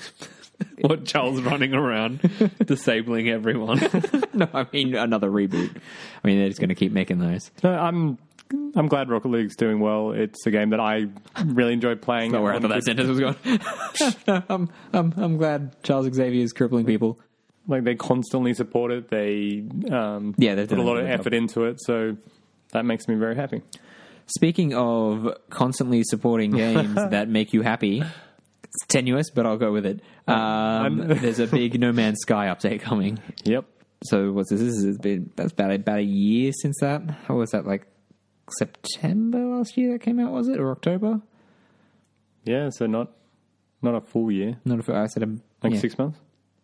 [SPEAKER 4] Or Charles running around disabling everyone.
[SPEAKER 2] no, I mean another reboot. I mean they're just going to keep making those.
[SPEAKER 3] no, I'm I'm glad Rocket League's doing well. It's a game that I really enjoy playing.
[SPEAKER 2] Not where I
[SPEAKER 3] On
[SPEAKER 2] thought that
[SPEAKER 3] the-
[SPEAKER 2] sentence was going. No, I'm, I'm I'm glad Charles Xavier is crippling people.
[SPEAKER 3] Like they constantly support it. They um,
[SPEAKER 2] Yeah, they've
[SPEAKER 3] put
[SPEAKER 2] done
[SPEAKER 3] a lot of
[SPEAKER 2] good job.
[SPEAKER 3] effort into it, so that makes me very happy.
[SPEAKER 2] Speaking of constantly supporting games that make you happy, it's tenuous, but I'll go with it. Um, there's a big No Man's Sky update coming.
[SPEAKER 3] Yep.
[SPEAKER 2] So what's this? This has been that's about about a year since that. How was that like September last year that came out? Was it or October?
[SPEAKER 3] Yeah. So not not a full year,
[SPEAKER 2] Not if I said a
[SPEAKER 3] like
[SPEAKER 2] yeah.
[SPEAKER 3] six months.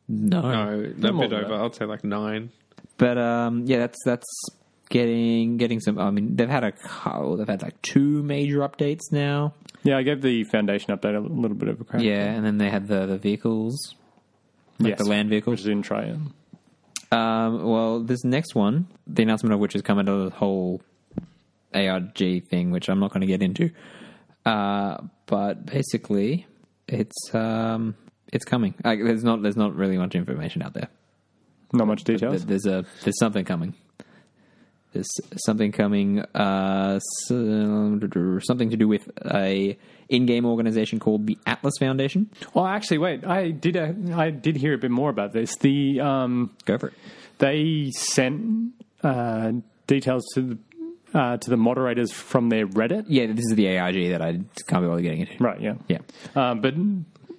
[SPEAKER 2] No,
[SPEAKER 4] no, a
[SPEAKER 3] more
[SPEAKER 4] bit
[SPEAKER 3] than
[SPEAKER 4] over. I'd say like nine.
[SPEAKER 2] But um, yeah, that's that's getting getting some. I mean, they've had a cou- they've had like two major updates now.
[SPEAKER 3] Yeah, I gave the foundation update a little bit of a crack.
[SPEAKER 2] Yeah, and then they had the the vehicles, like
[SPEAKER 3] Yes.
[SPEAKER 2] the land vehicles.
[SPEAKER 3] Which didn't try it.
[SPEAKER 2] Um, well, this next one, the announcement of which has come under the whole ARG thing, which I'm not going to get into. Uh, but basically, it's um, it's coming. Like, there's not there's not really much information out there.
[SPEAKER 3] Not much details.
[SPEAKER 2] There's a there's something coming. There's something coming, uh, s- uh, something to do with a in-game organization called the Atlas Foundation.
[SPEAKER 3] Well, actually, wait. I did. uh, I did hear a bit more about this. The um,
[SPEAKER 2] Go for it.
[SPEAKER 3] they sent uh, details to the uh, to the moderators from their Reddit.
[SPEAKER 2] Yeah, this is the AIG that I can't be bothered getting into.
[SPEAKER 3] Right. Yeah.
[SPEAKER 2] Yeah.
[SPEAKER 3] Uh, but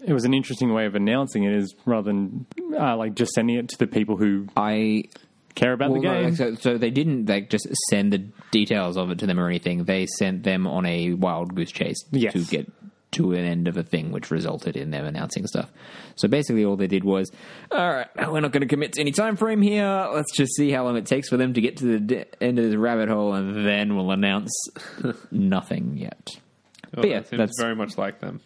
[SPEAKER 3] it was an interesting way of announcing it, is rather than uh, like just sending it to the people who
[SPEAKER 2] I
[SPEAKER 3] care about
[SPEAKER 2] well,
[SPEAKER 3] the
[SPEAKER 2] no,
[SPEAKER 3] game.
[SPEAKER 2] so, so they didn't like just send the details of it to them or anything. They sent them on a wild goose chase
[SPEAKER 3] Yes.
[SPEAKER 2] to get to an end of a thing, which resulted in them announcing stuff. So basically, all they did was, all right, we're not going to commit to any time frame here. Let's just see how long it takes for them to get to the d- end of this rabbit hole, and then we'll announce nothing yet.
[SPEAKER 4] Oh,
[SPEAKER 2] But yeah,
[SPEAKER 4] that seems
[SPEAKER 2] that's-
[SPEAKER 4] very much like them.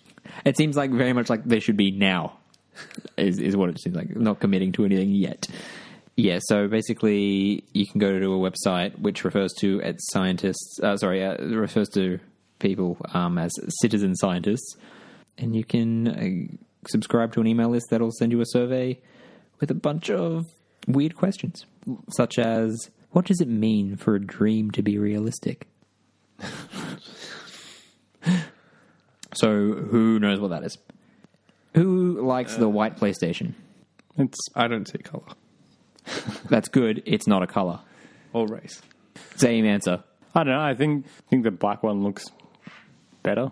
[SPEAKER 2] It seems like very much like they should be now, is, is what it seems like. Not committing to anything yet. Yeah, so basically, you can go to a website which refers to as scientists, uh, sorry, uh, refers to people um, as citizen scientists, and you can uh, subscribe to an email list that'll send you a survey with a bunch of weird questions, such as what does it mean for a dream to be realistic? So who knows what that is? Who likes the white PlayStation?
[SPEAKER 3] It's
[SPEAKER 4] I don't see color
[SPEAKER 2] That's good. It's not a color.
[SPEAKER 4] or race.
[SPEAKER 2] Same answer.
[SPEAKER 3] I don't know. I think I think the black one looks better.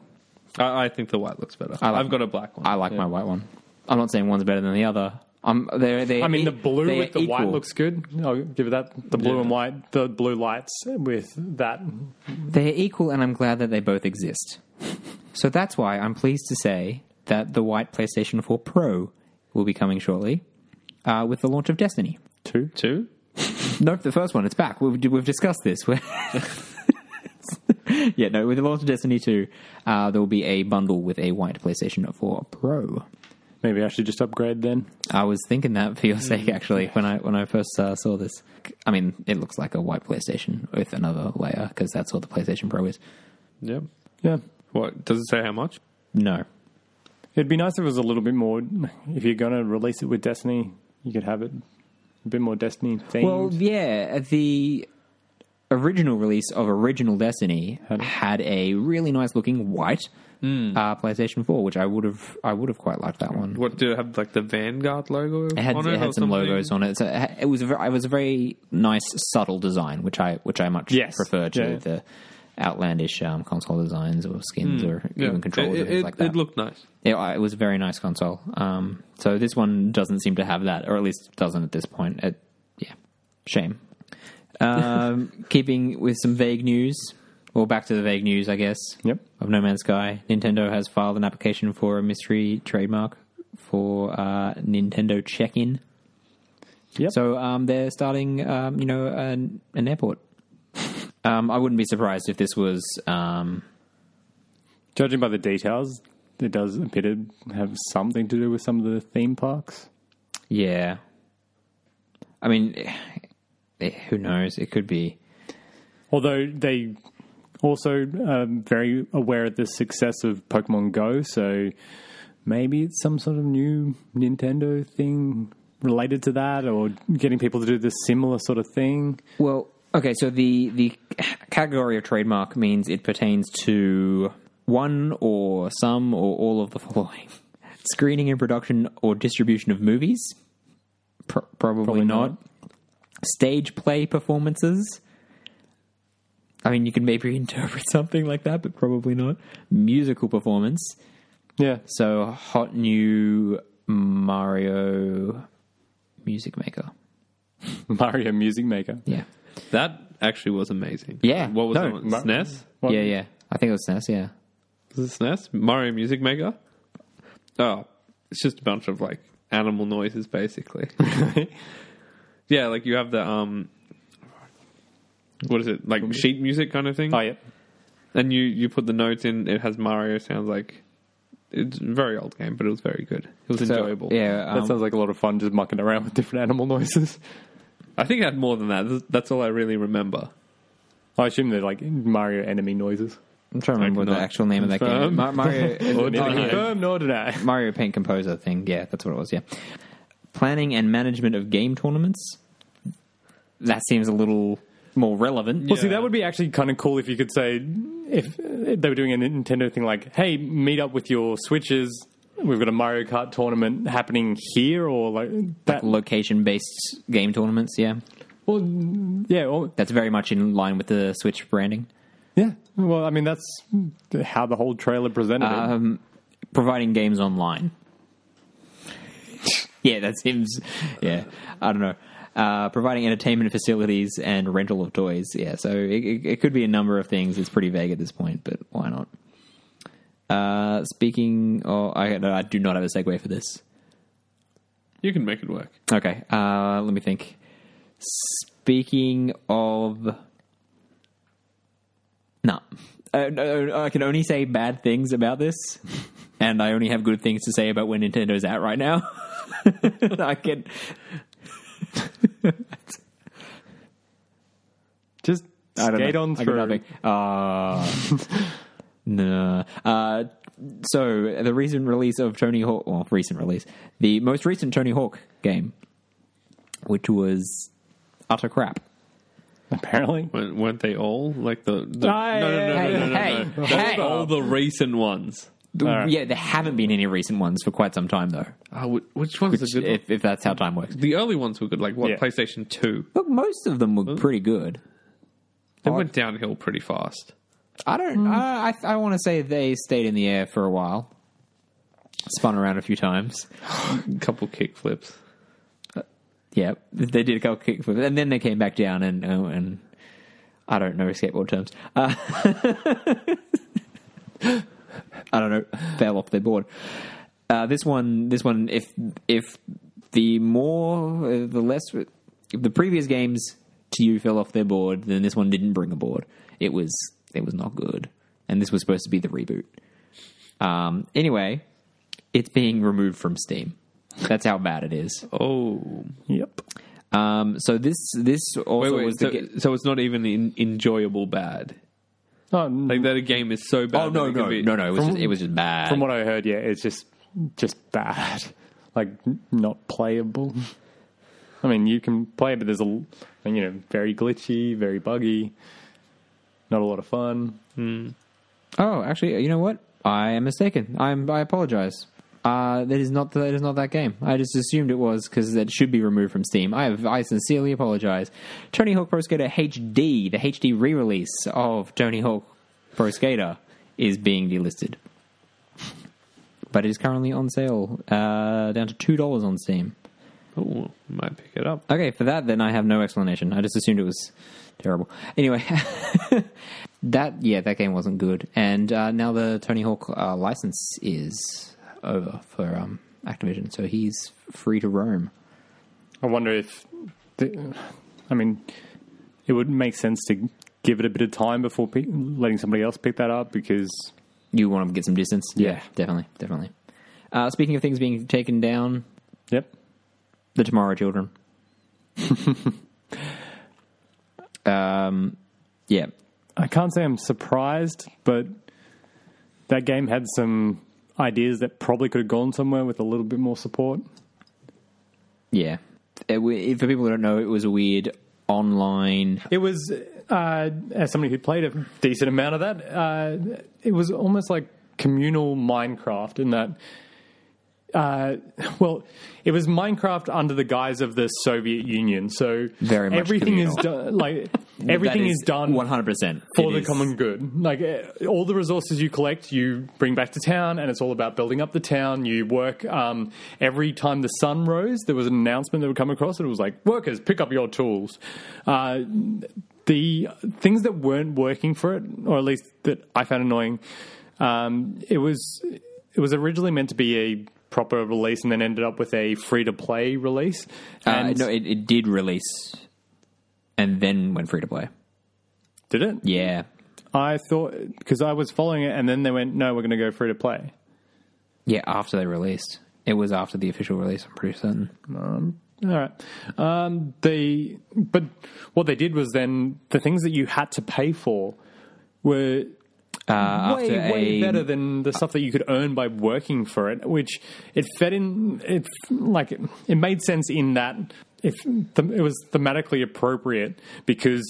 [SPEAKER 4] I, I think the white looks better.
[SPEAKER 2] like-
[SPEAKER 4] I've got a black one.
[SPEAKER 2] I like my white one. I'm not saying one's better than the other. I'm e-, they they
[SPEAKER 3] I mean, the blue with the white looks good. I'll give it that. The blue and white, the blue lights with that.
[SPEAKER 2] They're equal and I'm glad that they both exist. so that's why I'm pleased to say that the white PlayStation 4 Pro will be coming shortly uh, with the launch of Destiny.
[SPEAKER 3] Two.
[SPEAKER 4] Two.
[SPEAKER 2] Nope, the first one. It's back. We've, we've discussed this. We're- yeah, no, with the launch of Destiny 2, uh, there will be a bundle with a white PlayStation 4 Pro.
[SPEAKER 3] Maybe I should just upgrade then.
[SPEAKER 2] I was thinking that for your sake, actually, when I when I first uh, saw this. I mean, it looks like a white PlayStation with another layer because that's what the PlayStation Pro is.
[SPEAKER 4] Yep.
[SPEAKER 3] Yeah.
[SPEAKER 4] What does it say? How much?
[SPEAKER 2] No,
[SPEAKER 3] It'd be nice if it was a little bit more. If you're going to release it with Destiny, you could have it a bit more Destiny themed.
[SPEAKER 2] Well, yeah, the original release of original Destiny had a really nice looking white uh, PlayStation Four, which I would have I would have quite liked that one.
[SPEAKER 4] What did it have? Like the Vanguard logo?
[SPEAKER 2] It had,
[SPEAKER 4] on
[SPEAKER 2] it
[SPEAKER 4] or
[SPEAKER 2] had some
[SPEAKER 4] something?
[SPEAKER 2] logos on it. So it ha- it was a very, it was a very nice subtle design, which I which I much
[SPEAKER 3] Yes.
[SPEAKER 2] prefer to
[SPEAKER 3] Yeah.
[SPEAKER 2] the outlandish um, console designs or skins or
[SPEAKER 4] Hmm. Yeah.
[SPEAKER 2] even controllers
[SPEAKER 4] It,
[SPEAKER 2] and things
[SPEAKER 4] it,
[SPEAKER 2] like
[SPEAKER 4] it
[SPEAKER 2] that.
[SPEAKER 4] looked nice.
[SPEAKER 2] It, it was a very nice console. Um, so this one doesn't seem to have that, or at least doesn't at this point. It, yeah, shame. Um, keeping with some vague news, or back to the vague news, I guess.
[SPEAKER 3] Yep.
[SPEAKER 2] Of No Man's Sky, Nintendo has filed an application for a mystery trademark for uh, Nintendo Check-in.
[SPEAKER 3] Yep.
[SPEAKER 2] So um, they're starting, um, you know, an, an airport. Um, I wouldn't be surprised if this was um,
[SPEAKER 3] Judging by the details, it does appear to have something to do with some of the theme parks.
[SPEAKER 2] Yeah. I mean, eh, who knows? It could be.
[SPEAKER 3] Although they also are very aware of the success of Pokemon Go, so maybe it's some sort of new Nintendo thing related to that, or getting people to do this similar sort of thing.
[SPEAKER 2] Well, okay, so the, the category of trademark means it pertains to one or some or all of the following screening and production or distribution of movies. Pr- probably, not. Stage play performances. I mean, you can maybe interpret something like that, but probably not. Musical performance.
[SPEAKER 3] Yeah,
[SPEAKER 2] So hot new Mario Music Maker.
[SPEAKER 3] Mario Music Maker.
[SPEAKER 2] Yeah.
[SPEAKER 4] That actually was amazing.
[SPEAKER 2] Yeah.
[SPEAKER 4] What was
[SPEAKER 3] No,
[SPEAKER 4] that one? E
[SPEAKER 3] Ma-
[SPEAKER 4] SNES?
[SPEAKER 3] What-
[SPEAKER 2] yeah, yeah. I think it was SNES, yeah.
[SPEAKER 4] Was it SNES? Mario Music Maker? Oh, it's just a bunch of like animal noises, basically. yeah, like you have the um, what is it like sheet music kind of thing,
[SPEAKER 3] Oh yeah,
[SPEAKER 4] and you you put the notes in. It has Mario sounds like. It's a very old game, but it was very good. It was
[SPEAKER 2] So,
[SPEAKER 4] enjoyable.
[SPEAKER 2] Yeah.
[SPEAKER 3] that
[SPEAKER 2] Um,
[SPEAKER 3] sounds like a lot of fun, just mucking around with different animal noises.
[SPEAKER 4] I think I had more than that. Th- That's all I really remember.
[SPEAKER 3] I assume they're like Mario enemy noises.
[SPEAKER 2] I'm trying to remember what the
[SPEAKER 4] not
[SPEAKER 2] actual name of that game is.
[SPEAKER 4] confirm.
[SPEAKER 2] Ma- Mario,
[SPEAKER 4] Or
[SPEAKER 2] oh, no,
[SPEAKER 3] Confirm nor deny.
[SPEAKER 2] Mario Paint Composer thing. Yeah, that's what it was, yeah. Planning and management of game tournaments. That seems a little more relevant.
[SPEAKER 3] Well, see, that would be actually kind of cool if you could say if they were doing a Nintendo thing like, "Hey, meet up with your Switches. We've got a Mario Kart tournament happening here," or like that.
[SPEAKER 2] Location based game tournaments, yeah.
[SPEAKER 3] Well, yeah, well,
[SPEAKER 2] That's very much in line with the Switch branding.
[SPEAKER 3] yeah. Well, I mean, that's how the whole trailer presented it.
[SPEAKER 2] Um, providing games online. yeah, that's him. Yeah, I don't know. Uh, providing entertainment facilities and rental of toys. Yeah, so it, it, it could be a number of things. It's pretty vague at this point, but why not? Uh, speaking, oh, I, no, I do not have a segue for this.
[SPEAKER 4] You can make it work.
[SPEAKER 2] Okay, uh, let me think. Speaking of, no, Uh, no, I can only say bad things about this, and I only have good things to say about where Nintendo's at right now. I can.
[SPEAKER 3] Just
[SPEAKER 2] I don't
[SPEAKER 3] skate
[SPEAKER 2] know.
[SPEAKER 3] on
[SPEAKER 2] I got
[SPEAKER 3] through.
[SPEAKER 2] nothing. Uh, no. Uh, so the recent release of Tony Hawk, well, recent release, the most recent Tony Hawk game, which was utter crap.
[SPEAKER 3] Apparently,
[SPEAKER 4] Weren't, weren't they all like the? the
[SPEAKER 3] Ah,
[SPEAKER 4] no, no, no,
[SPEAKER 3] yeah,
[SPEAKER 4] no, no, no,
[SPEAKER 2] hey,
[SPEAKER 4] no.
[SPEAKER 2] hey,
[SPEAKER 4] That's
[SPEAKER 2] hey.
[SPEAKER 4] all the recent ones.
[SPEAKER 3] right.
[SPEAKER 2] Yeah, there haven't been any recent ones for quite some time though.
[SPEAKER 4] Ah, wh- which ones are good?
[SPEAKER 2] If, if that's how time works,
[SPEAKER 4] the early ones were good, like what
[SPEAKER 3] Yeah.
[SPEAKER 4] PlayStation Two.
[SPEAKER 2] but most of them were pretty good.
[SPEAKER 4] They went downhill pretty fast.
[SPEAKER 2] I don't. I I, I want to say they stayed in the air for a while, spun around a few times.
[SPEAKER 4] A couple kick flips.
[SPEAKER 2] Yeah, they did a couple kick flips, and then they came back down, and oh, and I don't know skateboard terms. Uh, I don't know, fell off their board. Uh, this one, this one, if if the more uh, the less if the previous games to you fell off their board, then this one didn't bring a board. It was it was not good, and this was supposed to be the reboot. Um, anyway, it's being removed from Steam. That's how bad it is.
[SPEAKER 4] Oh,
[SPEAKER 3] yep.
[SPEAKER 2] Um, so this this
[SPEAKER 4] wait,
[SPEAKER 2] also
[SPEAKER 4] wait.
[SPEAKER 2] was the
[SPEAKER 4] so,
[SPEAKER 2] ga-
[SPEAKER 4] so it's not even in, enjoyable bad.
[SPEAKER 3] Oh, n-
[SPEAKER 4] Like that a game is so bad.
[SPEAKER 2] oh no
[SPEAKER 4] that it
[SPEAKER 2] no
[SPEAKER 4] could be-
[SPEAKER 2] no no it was just, it was just bad.
[SPEAKER 3] from what I heard, yeah, it's just just bad. Like n- not playable. I mean, you can play, it, but there's a l- I mean, you know very glitchy, very buggy, not a lot of fun.
[SPEAKER 2] oh, actually, you know what? I am mistaken. I'm I apologize. Uh, that is not that is not that game. I just assumed it was because it should be removed from Steam. I have, I sincerely apologize. Tony Hawk Pro Skater HD, the HD re-release of Tony Hawk Pro Skater, is being delisted, but it is currently on sale uh, down to two dollars on Steam.
[SPEAKER 4] Oh, might pick it up.
[SPEAKER 2] Okay, for that, then I have no explanation. I just assumed it was terrible. Anyway, that yeah, that game wasn't good, and uh, now the Tony Hawk uh, license is over for um, Activision, so he's free to roam.
[SPEAKER 3] I wonder if, the, I mean, it would make sense to give it a bit of time before pe- letting somebody else pick that up because
[SPEAKER 2] You want to get some distance?
[SPEAKER 3] Yeah.
[SPEAKER 2] definitely, definitely. Uh, speaking of things being taken down,
[SPEAKER 3] yep,
[SPEAKER 2] the Tomorrow Children. um, yeah,
[SPEAKER 3] I can't say I'm surprised, but that game had some ideas that probably could have gone somewhere with a little bit more support.
[SPEAKER 2] yeah. It, we- for people who don't know, it was a weird online
[SPEAKER 3] It was, uh, as somebody who played a decent amount of that, uh, it was almost like communal Minecraft in that. Uh, well, it was Minecraft under the guise of the Soviet Union, so
[SPEAKER 2] Very much
[SPEAKER 3] everything is
[SPEAKER 2] communal.
[SPEAKER 3] done. Like everything is, done
[SPEAKER 2] one hundred percent
[SPEAKER 3] for the common good. Like eh, all the resources you collect, you bring back to town, and it's all about building up the town. You work. Um, every time the sun rose, there was an announcement that would come across, and it was like, "Workers, pick up your tools." Uh, the things that weren't working for it, or at least that I found annoying, um, it was it was originally meant to be a proper release, and then ended up with a free to play release.
[SPEAKER 2] Uh,
[SPEAKER 3] And
[SPEAKER 2] no, it, it did release, and then went free to play.
[SPEAKER 3] did it?
[SPEAKER 2] Yeah,
[SPEAKER 3] I thought because I was following it, and then they went, "No, we're going to go free to play."
[SPEAKER 2] yeah. After they released, it was after the official release. I'm pretty certain.
[SPEAKER 3] All right. Um, the but what they did was then the things that you had to pay for were
[SPEAKER 2] Uh,
[SPEAKER 3] way
[SPEAKER 2] after
[SPEAKER 3] way
[SPEAKER 2] a-
[SPEAKER 3] better than the stuff that you could earn by working for it. Which it fed in. It like it made sense in that if it was thematically appropriate because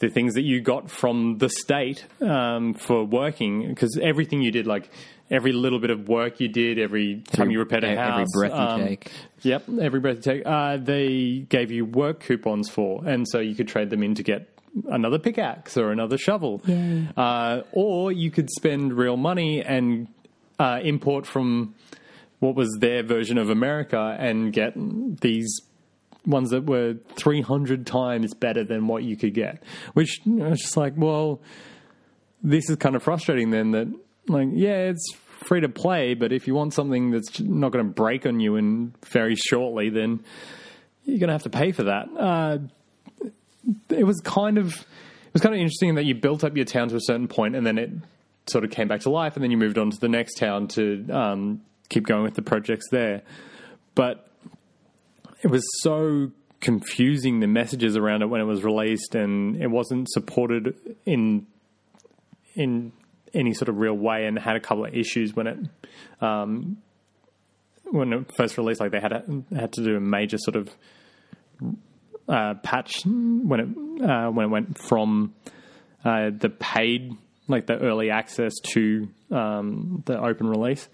[SPEAKER 3] the things that you got from the state um, for working because everything you did, like every little bit of work you did, every time you repaired
[SPEAKER 2] e-
[SPEAKER 3] a
[SPEAKER 2] every
[SPEAKER 3] house,
[SPEAKER 2] breath you
[SPEAKER 3] um,
[SPEAKER 2] take.
[SPEAKER 3] Yep, every breath you take. Uh, they gave you work coupons for, and so you could trade them in to get another pickaxe or another shovel, uh, or you could spend real money and uh, import from what was their version of America and get these ones that were 300 times better than what you could get, which you know, it's just like, well, this is kind of frustrating then that, like, yeah, it's free to play, but if you want something that's not going to break on you in very shortly, then you're going to have to pay for that. Uh, it was kind of it was kind of interesting in that you built up your town to a certain point and then it sort of came back to life and then you moved on to the next town to um, keep going with the projects there but it was so confusing the messages around it when it was released and it wasn't supported in in any sort of real way and had a couple of issues when it um, when it first released like they had a, had to do a major sort of uh, patch when it uh, when it went from uh, the paid like the early access to um, the open release.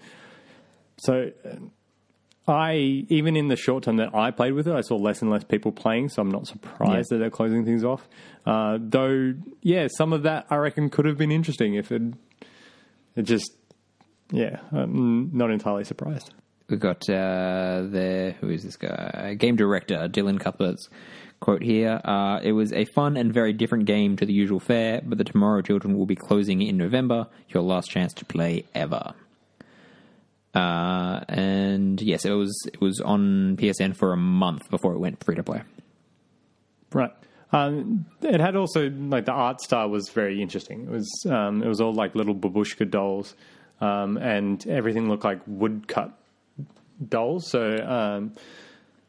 [SPEAKER 3] So uh, I even in the short time that I played with it, I saw less and less people playing. So I'm not surprised that they're closing things off. Uh, though, yeah, some of that I reckon could have been interesting if it it just yeah, I'm not entirely surprised.
[SPEAKER 2] We've got uh, the who is this guy? Game director Dylan Cuthbert's quote here. Uh, it was a fun and very different game to the usual fare, but the Tomorrow Children will be closing in November. Your last chance to play ever. Uh, and yes, it was it was on PSN for a month before it went free to play.
[SPEAKER 3] Right. Um, it had also like the art style was very interesting. It was um, it was all like little babushka dolls, um, and everything looked like woodcut dolls. So um,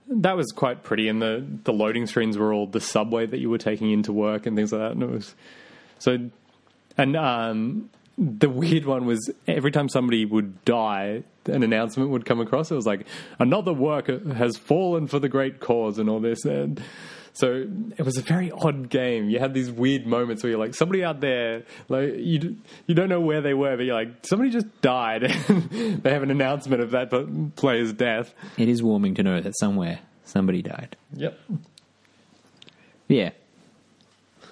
[SPEAKER 3] that was quite pretty. And the the loading screens were all the subway that you were taking into work and things like that. And it was so, and um, the weird one was every time somebody would die, an announcement would come across. It was like another worker has fallen for the great cause and all this. And so it was a very odd game. You had these weird moments where you're like, somebody out there, like you, d- you don't know where they were, but you're like, somebody just died. they have an announcement of that p- player's death.
[SPEAKER 2] It is warming to know that somewhere somebody died.
[SPEAKER 3] Yep.
[SPEAKER 2] Yeah,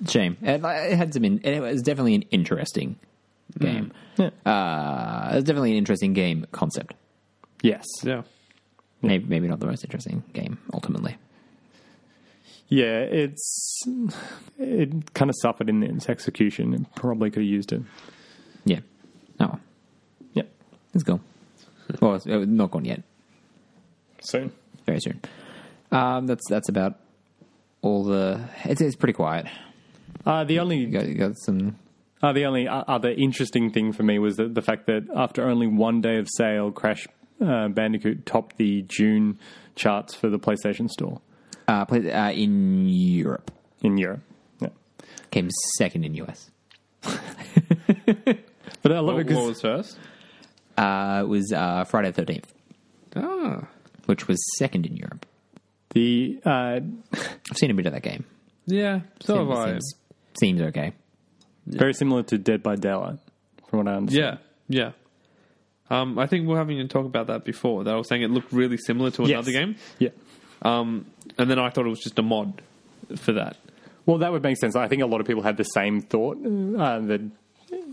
[SPEAKER 2] shame. It, it had some. In, it was definitely an interesting game.
[SPEAKER 3] Yeah.
[SPEAKER 2] Uh, it was definitely an interesting game concept.
[SPEAKER 3] Yes.
[SPEAKER 4] Yeah.
[SPEAKER 2] Maybe, maybe not the most interesting game ultimately.
[SPEAKER 3] Yeah, it's it kind of suffered in its execution. It probably could have used it.
[SPEAKER 2] Yeah. Oh, well.
[SPEAKER 3] Yep.
[SPEAKER 2] it's gone. Well, it's uh, not gone yet.
[SPEAKER 3] Soon.
[SPEAKER 2] Very soon. Um, that's that's about all the. It's, it's pretty quiet.
[SPEAKER 3] Uh, the only
[SPEAKER 2] You got, you got some.
[SPEAKER 3] Uh, the only o- other interesting thing for me was that the fact that after only one day of sale, Crash uh, Bandicoot topped the June charts for the PlayStation Store
[SPEAKER 2] Uh, play, uh, in Europe,
[SPEAKER 3] in Europe. Yeah.
[SPEAKER 2] came second in US.
[SPEAKER 3] But I love
[SPEAKER 4] What,
[SPEAKER 3] it 'cause-
[SPEAKER 4] what was first?
[SPEAKER 2] Uh, it was uh, Friday the thirteenth,
[SPEAKER 4] Ah.
[SPEAKER 2] which was second in Europe.
[SPEAKER 3] the uh,
[SPEAKER 2] I've seen a bit of that game.
[SPEAKER 4] Yeah. So have I.
[SPEAKER 2] seems, seems okay.
[SPEAKER 3] very similar to Dead by Daylight, from what I understand.
[SPEAKER 4] Yeah. Yeah. Um, I think we we're having a talk about that before. That I was saying it looked really similar to another game,
[SPEAKER 3] Yeah.
[SPEAKER 4] um, and then I thought it was just a mod for that.
[SPEAKER 3] Well, that would make sense. I think a lot of people had the same thought uh, that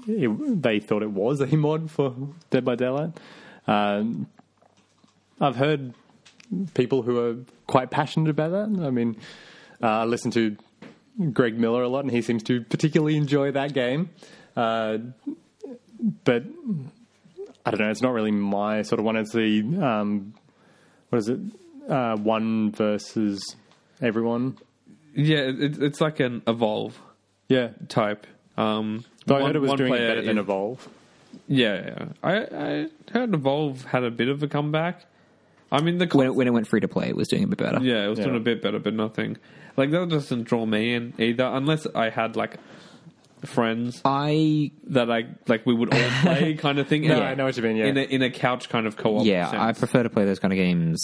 [SPEAKER 3] it, they thought it was a mod for Dead by Daylight. Um, I've heard people who are quite passionate about that. I mean, uh, I listen to Greg Miller a lot, and he seems to particularly enjoy that game. Uh, but I don't know. It's not really my sort of one. It's the um, what is it? Uh, one versus everyone.
[SPEAKER 4] Yeah, it, it's- it's like an evolve
[SPEAKER 3] Yeah,
[SPEAKER 4] type. Um,
[SPEAKER 3] Though I
[SPEAKER 4] one-
[SPEAKER 3] heard it was
[SPEAKER 4] one
[SPEAKER 3] doing it
[SPEAKER 4] player
[SPEAKER 3] better than
[SPEAKER 4] is-
[SPEAKER 3] Evolve.
[SPEAKER 4] Yeah, yeah. I, I heard Evolve had a bit of a comeback. I mean, the
[SPEAKER 2] When it, when it went free to play, it was doing a bit better.
[SPEAKER 4] yeah, it was doing
[SPEAKER 3] Yeah.
[SPEAKER 4] a bit better, but nothing like that doesn't draw me in either, unless I had like friends
[SPEAKER 2] I
[SPEAKER 4] that I like we would all play kind of thing.
[SPEAKER 3] No, I know what you mean, yeah.
[SPEAKER 4] in a, in a couch kind of co-op.
[SPEAKER 2] yeah, I
[SPEAKER 4] sense.
[SPEAKER 2] prefer to play those kind of games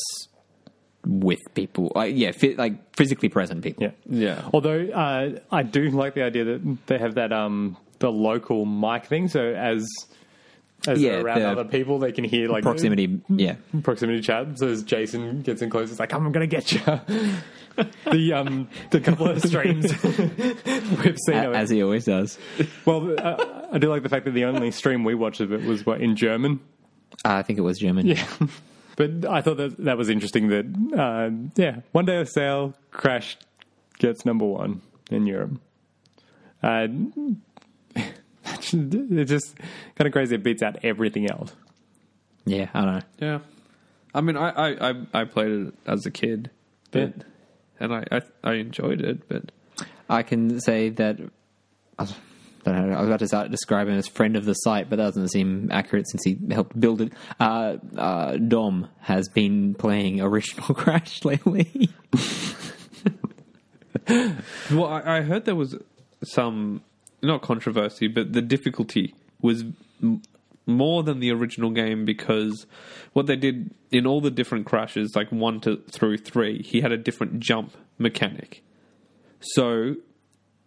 [SPEAKER 2] with people. Like, yeah, fi- like physically present people.
[SPEAKER 3] Yeah.
[SPEAKER 4] Yeah.
[SPEAKER 3] Although uh, I do like the idea that they have that um the local mic thing, so as as
[SPEAKER 2] Yeah,
[SPEAKER 3] they're around
[SPEAKER 2] the
[SPEAKER 3] other people, they can hear like
[SPEAKER 2] Proximity.
[SPEAKER 3] Mm-hmm.
[SPEAKER 2] Yeah.
[SPEAKER 3] proximity chat. So as Jason gets in close, it's like I'm gonna get you. the um the couple of streams we've seen.
[SPEAKER 2] A-
[SPEAKER 3] of it.
[SPEAKER 2] As he always does.
[SPEAKER 3] well, uh, I do like the fact that the only stream we watched of it was what in German.
[SPEAKER 2] I think it was German.
[SPEAKER 3] Yeah. But I thought that that was interesting that, uh, yeah, one day of sale, Crash gets number one in Europe. Uh, it's just kind of crazy. It beats out everything else.
[SPEAKER 2] Yeah, I don't know.
[SPEAKER 4] Yeah. I mean, I, I, I, I played it as a kid, but
[SPEAKER 3] Yeah.
[SPEAKER 4] and I, I I enjoyed it, but
[SPEAKER 2] I can say that. I was- I don't know. I was about to start describing him as friend of the site, but that doesn't seem accurate since he helped build it. Uh, uh, Dom has been playing original Crash lately.
[SPEAKER 4] well, I, I heard there was some not controversy, but the difficulty was m- more than the original game because what they did in all the different crashes, like one to through three, he had a different jump mechanic. So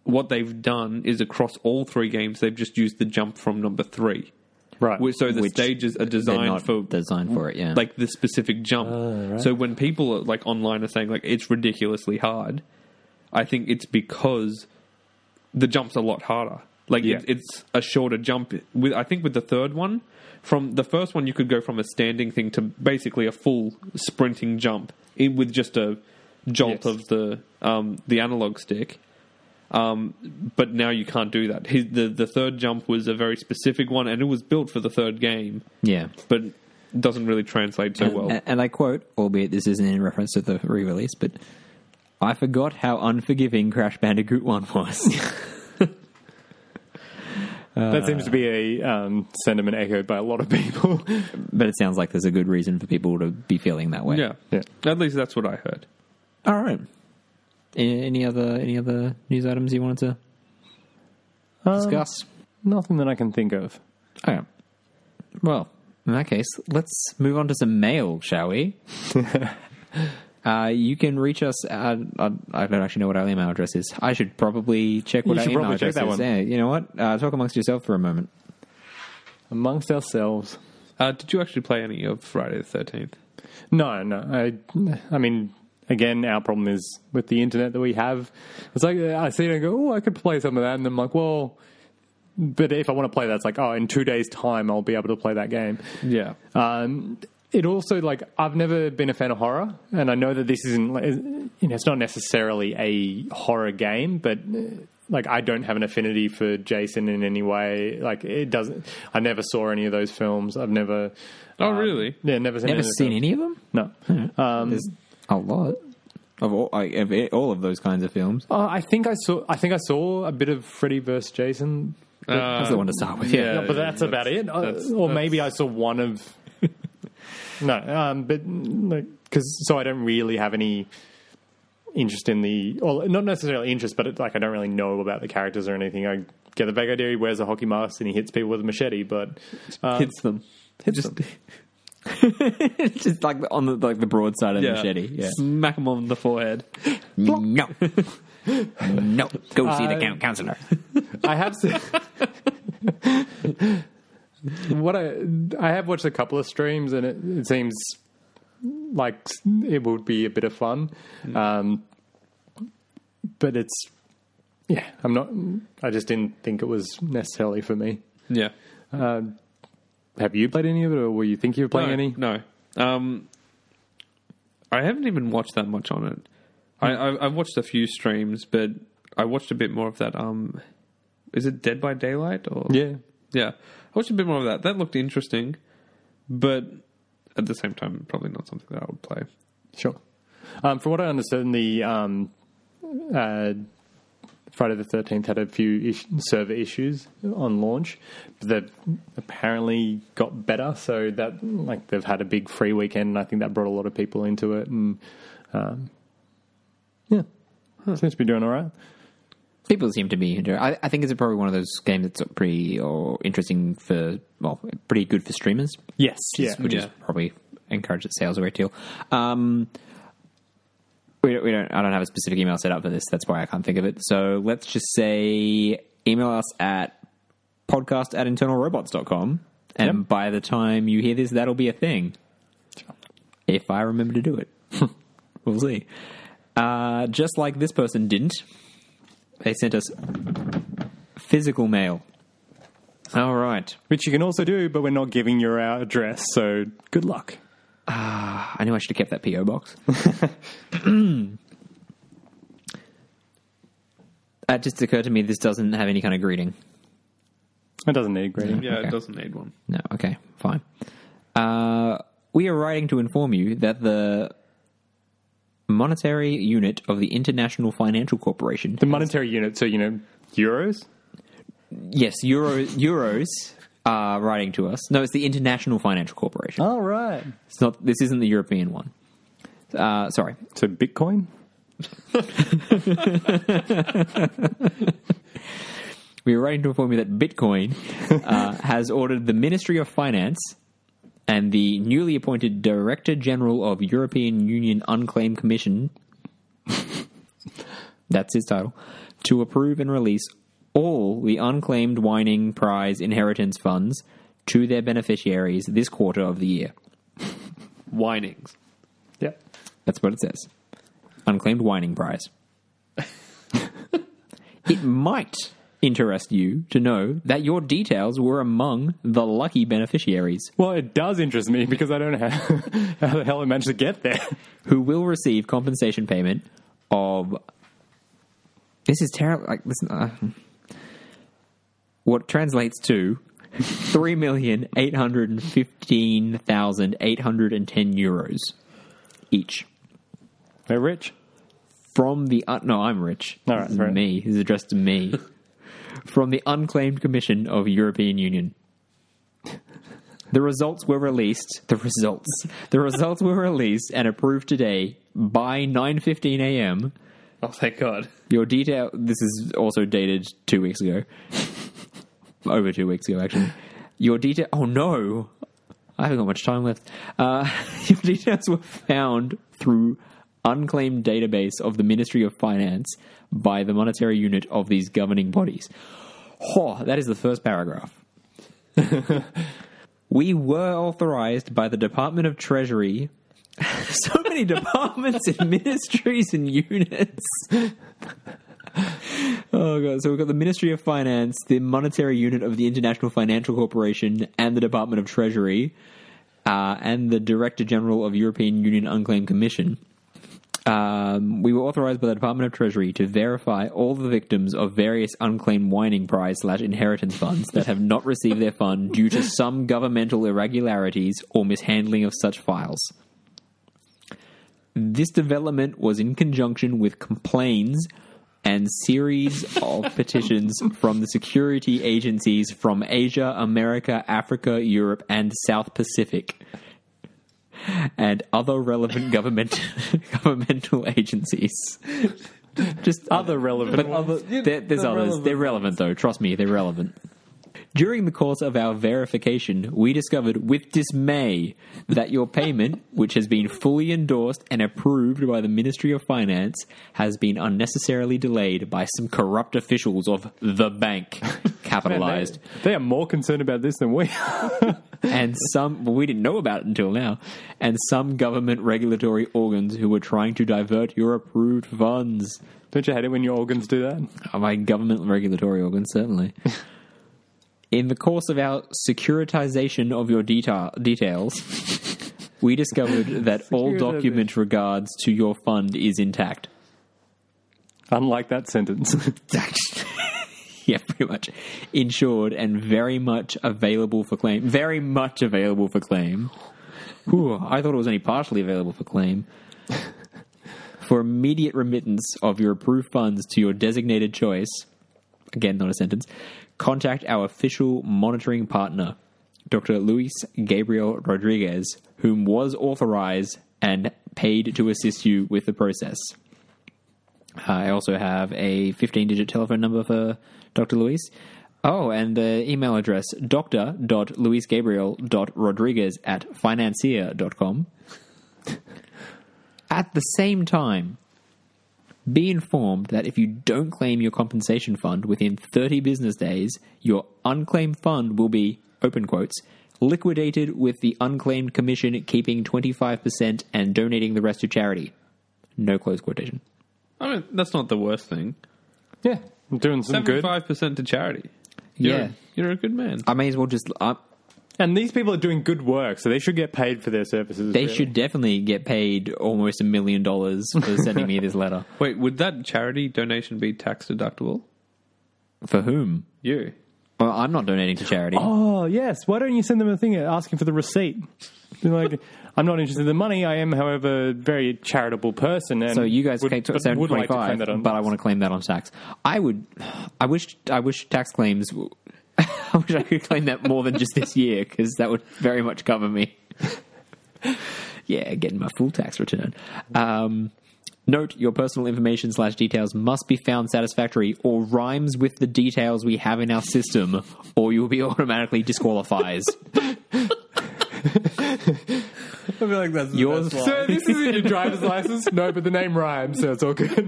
[SPEAKER 4] what they've done is across all three games, they've just used the jump from number three.
[SPEAKER 3] Right.
[SPEAKER 4] Wh- So the
[SPEAKER 2] Which
[SPEAKER 4] stages are
[SPEAKER 2] They're
[SPEAKER 4] designed
[SPEAKER 2] not
[SPEAKER 4] for
[SPEAKER 2] designed for it, yeah.
[SPEAKER 4] like the specific jump. So when people are, like online are saying like it's ridiculously hard, I think it's because the jump's a lot harder. Like
[SPEAKER 3] Yeah.
[SPEAKER 4] it, it's a shorter jump. With I think with the third one, from the first one you could go from a standing thing to basically a full sprinting jump in, with just a jolt
[SPEAKER 3] Yes.
[SPEAKER 4] of the um, the analog stick. Um, but now you can't do that. His, the the third jump was a very specific one, and it was built for the third game
[SPEAKER 2] yeah.
[SPEAKER 4] but doesn't really translate so
[SPEAKER 2] And,
[SPEAKER 4] well.
[SPEAKER 2] and, and I quote, albeit this isn't in reference to the re release, but I forgot how unforgiving Crash Bandicoot 1 was.
[SPEAKER 3] that seems to be a um, sentiment echoed by a lot of people.
[SPEAKER 2] but it sounds like there's a good reason for people to be feeling that way.
[SPEAKER 4] yeah.
[SPEAKER 3] Yeah.
[SPEAKER 4] at least that's what I heard.
[SPEAKER 2] All right. Any, any other any other news items you wanted to discuss?
[SPEAKER 3] Um, Nothing that I can think of.
[SPEAKER 2] All right. oh, Well, in that case, let's move on to some mail, shall we? Uh, you can reach us. At, I, I don't actually know what our email address is. I should probably check what
[SPEAKER 3] You
[SPEAKER 2] our
[SPEAKER 3] should
[SPEAKER 2] email
[SPEAKER 3] probably check
[SPEAKER 2] address is.
[SPEAKER 3] that one.
[SPEAKER 2] Yeah, you know what? Uh, talk amongst yourself for a moment.
[SPEAKER 3] Amongst ourselves.
[SPEAKER 4] Uh, did you actually play any of Friday the Thirteenth?
[SPEAKER 3] No, no. I, I mean, again, our problem is with the internet that we have. It's like I see it and go, oh, I could play some of that, and I'm like, well, but if I want to play that, it's like, oh, in two days' time, I'll be able to play that game.
[SPEAKER 4] Yeah,
[SPEAKER 3] Um, it also like I've never been a fan of horror, and I know that this isn't like, you know it's not necessarily a horror game, but uh, like I don't have an affinity for Jason in any way. Like it doesn't. I never saw any of those films. I've never.
[SPEAKER 4] Oh, really?
[SPEAKER 3] Yeah, never seen.
[SPEAKER 2] Never
[SPEAKER 3] any of the
[SPEAKER 2] seen
[SPEAKER 3] films.
[SPEAKER 2] any of them.
[SPEAKER 3] No.
[SPEAKER 4] Um,
[SPEAKER 2] There's a lot um, of all, I, of it- all of those kinds of films.
[SPEAKER 3] Uh, I think I saw. I think I saw a bit of Freddy vs Jason,
[SPEAKER 2] That's
[SPEAKER 4] Uh,
[SPEAKER 2] the one to start with.
[SPEAKER 4] yeah.
[SPEAKER 3] but that's about it. Uh,
[SPEAKER 4] that's-
[SPEAKER 3] or
[SPEAKER 4] that's-
[SPEAKER 3] maybe I saw one of. no, um, but like because so I don't really have any interest in the, or not necessarily interest, but it, like I don't really know about the characters or anything. I get the vague idea he wears a hockey mask and he hits people with a machete, but uh,
[SPEAKER 4] hits them. Hits Just, them.
[SPEAKER 2] Just like on the like the broad side of the
[SPEAKER 4] Yeah.
[SPEAKER 2] machete. Yeah.
[SPEAKER 4] Smack them on the forehead.
[SPEAKER 2] No. no. Go see the
[SPEAKER 3] Uh,
[SPEAKER 2] coun- counselor.
[SPEAKER 3] I have seen. what I I have watched a couple of streams and it, it seems like it would be a bit of fun,
[SPEAKER 4] Mm.
[SPEAKER 3] um, but it's yeah I'm not I just didn't think it was necessarily for me. Uh,
[SPEAKER 4] Yeah.
[SPEAKER 3] Have you played any of it, or were you think you were playing
[SPEAKER 4] no,
[SPEAKER 3] any?
[SPEAKER 4] No. Um, I haven't even watched that much on it. I, I, I've watched a few streams, but I watched a bit more of that. Um, is it Dead by Daylight or
[SPEAKER 3] Yeah,
[SPEAKER 4] Yeah, I watched a bit more of that. That looked interesting, but at the same time, probably not something that I would play.
[SPEAKER 3] Sure. Um, from what I understand, the um, uh, Friday the Thirteenth had a few is- server issues on launch, but they've apparently got better. So that like they've had a big free weekend, and I think that brought a lot of people into it, and um, yeah, seems to be doing all right.
[SPEAKER 2] People seem to be into. I, I think it's probably one of those games that's pretty or interesting for well, pretty good for streamers,
[SPEAKER 3] Yes, yeah,
[SPEAKER 2] which is
[SPEAKER 4] Yeah.
[SPEAKER 2] probably encourages sales a great deal. Um, we don't, we don't. I don't have a specific email set up for this. That's why I can't think of it. So let's just say email us at podcast at internalrobots.com. And by the time you hear this, that'll be a thing. If I remember to do it, we'll see. Uh, just like this person didn't, they sent us physical mail. All right.
[SPEAKER 3] Which you can also do, but we're not giving you our address, so good luck.
[SPEAKER 2] I knew I should have kept that PO box. that just occurred to me. This doesn't have any kind of greeting.
[SPEAKER 3] It doesn't need grading.
[SPEAKER 4] Yeah,
[SPEAKER 2] Okay.
[SPEAKER 4] it doesn't need one.
[SPEAKER 2] No. Okay. Fine. Uh, we are writing to inform you that the monetary unit of the International Financial Corporation,
[SPEAKER 3] The monetary unit, so you know, euros.
[SPEAKER 2] yes, Euro, euros, are writing to us. No, it's the International Financial Corporation.
[SPEAKER 3] All right.
[SPEAKER 2] It's not. This isn't the European one. Uh, sorry.
[SPEAKER 3] So Bitcoin.
[SPEAKER 2] We are writing to inform you that Bitcoin uh, has ordered the Ministry of Finance and the newly appointed Director General of European Union Unclaimed Commission, that's his title, to approve and release all the unclaimed Whining Prize inheritance funds to their beneficiaries this quarter of the year.
[SPEAKER 4] Whinings.
[SPEAKER 3] Yeah.
[SPEAKER 2] That's what it says. Unclaimed whining prize. it might interest you to know that your details were among the lucky beneficiaries
[SPEAKER 3] Well, it does interest me because I don't know how, how the hell it managed to get there.
[SPEAKER 2] who will receive compensation payment of. This is terrible. Like, listen, uh, what translates to three million eight hundred fifteen thousand eight hundred and ten euros each.
[SPEAKER 3] We're rich.
[SPEAKER 2] from the un- no, I'm rich.
[SPEAKER 3] All right,
[SPEAKER 2] This is
[SPEAKER 3] fair
[SPEAKER 2] me. This is addressed to me. from the unclaimed commission of European Union. The results were released. The results. The results were released and approved today by 9:15 a.m.
[SPEAKER 4] Oh, thank God.
[SPEAKER 2] Your detail. This is also dated two weeks ago. Over two weeks ago, actually. Your detail. Oh no, I haven't got much time left. Uh, your details were found through unclaimed database of the Ministry of Finance by the monetary unit of these governing bodies. Oh, that is the first paragraph. we were authorized by the Department of Treasury. so many departments and ministries and units. Oh god! So we've got the Ministry of Finance, the monetary unit of the International Financial Corporation, and the Department of Treasury, uh, and the Director General of European Union Unclaimed Commission. Um, we were authorized by the Department of Treasury to verify all the victims of various unclaimed whining prize slash inheritance funds that have not received their fund due to some governmental irregularities or mishandling of such files. This development was in conjunction with complaints and series of petitions from the security agencies from Asia, America, Africa, Europe, and South Pacific, and other relevant government governmental agencies. Just other relevant, but other, there, there's
[SPEAKER 4] They're
[SPEAKER 2] others.
[SPEAKER 4] relevant
[SPEAKER 2] They're relevant though. Trust me, they're relevant. During the course of our verification, we discovered with dismay that your payment, which has been fully endorsed and approved by the Ministry of Finance, has been unnecessarily delayed by some corrupt officials of the bank, capitalized,
[SPEAKER 3] They are more concerned about this than we are.
[SPEAKER 2] and some, well, we didn't know about it until now, and some government regulatory organs who were trying to divert your approved funds.
[SPEAKER 3] Don't you hate it when your organs do that?
[SPEAKER 2] Oh, my government regulatory organ, certainly. In the course of our securitization of your deta- details, we discovered that all
[SPEAKER 3] Securitization.
[SPEAKER 2] document regards to your fund is intact.
[SPEAKER 3] Unlike that sentence.
[SPEAKER 2] yeah, pretty much. Insured and very much available for claim. Very much available for claim. Whew, I thought it was only partially available for claim. for immediate remittance of your approved funds to your designated choice, again, not a sentence, contact our official monitoring partner, Dr. Luis Gabriel Rodriguez, whom was authorized and paid to assist you with the process. I also have a 15 digit telephone number for Dr. Luis. Oh, and the email address dr.luisgabriel.rodriguez at financier.com. At the same time, Be informed that if you don't claim your compensation fund within 30 business days, your unclaimed fund will be, open quotes, liquidated with the unclaimed commission keeping 25% and donating the rest to charity. No close quotation.
[SPEAKER 4] I mean, that's not the worst thing.
[SPEAKER 3] Yeah, I'm doing some good.
[SPEAKER 4] Seventy-five percent to charity. You're,
[SPEAKER 2] Yeah.
[SPEAKER 4] you're a good man.
[SPEAKER 2] I may as well just. I,
[SPEAKER 3] And these people are doing good work, so they should get paid for their services.
[SPEAKER 2] they
[SPEAKER 3] really.
[SPEAKER 2] should definitely get paid almost a million dollars for sending me this letter.
[SPEAKER 4] Wait, would that charity donation be tax deductible?
[SPEAKER 2] For whom?
[SPEAKER 4] You.
[SPEAKER 2] Well, I'm not donating to charity.
[SPEAKER 3] Oh yes, why don't you send them a thing asking for the receipt? Be like, I'm not interested in the money. I am, however, a very charitable person. And
[SPEAKER 2] So you guys
[SPEAKER 3] would,
[SPEAKER 2] take
[SPEAKER 3] but
[SPEAKER 2] seven
[SPEAKER 3] would like to claim
[SPEAKER 2] twenty-five,
[SPEAKER 3] that on-
[SPEAKER 2] but I want to claim that on tax. I would. I wish. I wish tax claims. w- I wish I could claim that more than just this year because that would very much cover me. yeah, getting my full tax return. Um, note: Your personal information slash details must be found satisfactory or rhymes with the details we have in our system, or you will be automatically disqualified.
[SPEAKER 4] I feel like that's the
[SPEAKER 2] Yours- best
[SPEAKER 3] So this isn't your driver's license? No, but the name rhymes, so it's all good.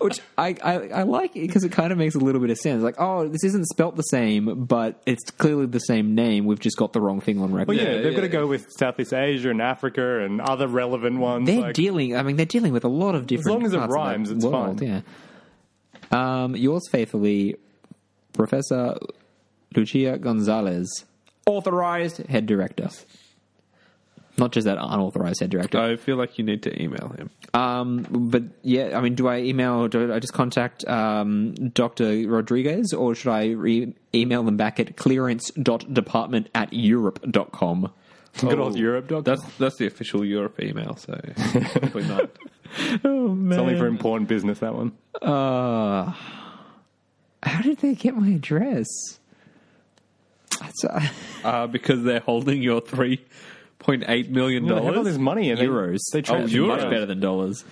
[SPEAKER 2] Which I, I, I like it because it kind of makes a little bit of sense. Like, oh, this isn't spelt the same, but it's clearly the same name. We've just got the wrong thing on record.
[SPEAKER 3] Well, yeah,
[SPEAKER 4] Yeah,
[SPEAKER 3] they've got to
[SPEAKER 4] yeah.
[SPEAKER 3] go with Southeast Asia and Africa and other relevant ones.
[SPEAKER 2] They're
[SPEAKER 3] like,
[SPEAKER 2] dealing. I mean, they're dealing with a lot of different.
[SPEAKER 3] long as it
[SPEAKER 2] parts of the
[SPEAKER 3] rhymes, it's
[SPEAKER 2] world,
[SPEAKER 3] fine.
[SPEAKER 2] Yeah. Um, yours faithfully, Professor Lucia Gonzalez, authorized head director. Not just that unauthorized head director.
[SPEAKER 4] I feel like you need to email him.
[SPEAKER 2] Um, but yeah, I mean, do I email or do I just contact um, Dr. Rodriguez or should I re- email them back at clearance.department at europe.com?
[SPEAKER 3] good old Europe, dog.
[SPEAKER 4] That's that's the official Europe email, so probably not.
[SPEAKER 2] Oh, man.
[SPEAKER 3] it's only for important business. That one.
[SPEAKER 2] Uh, how did they get my address? That's, uh,
[SPEAKER 4] Uh, because they're holding your three point eight million
[SPEAKER 3] You know, they have all
[SPEAKER 4] dollars.
[SPEAKER 3] this money and
[SPEAKER 2] euros.
[SPEAKER 3] They, they
[SPEAKER 2] oh,
[SPEAKER 3] trade
[SPEAKER 4] euros.
[SPEAKER 2] much better than dollars.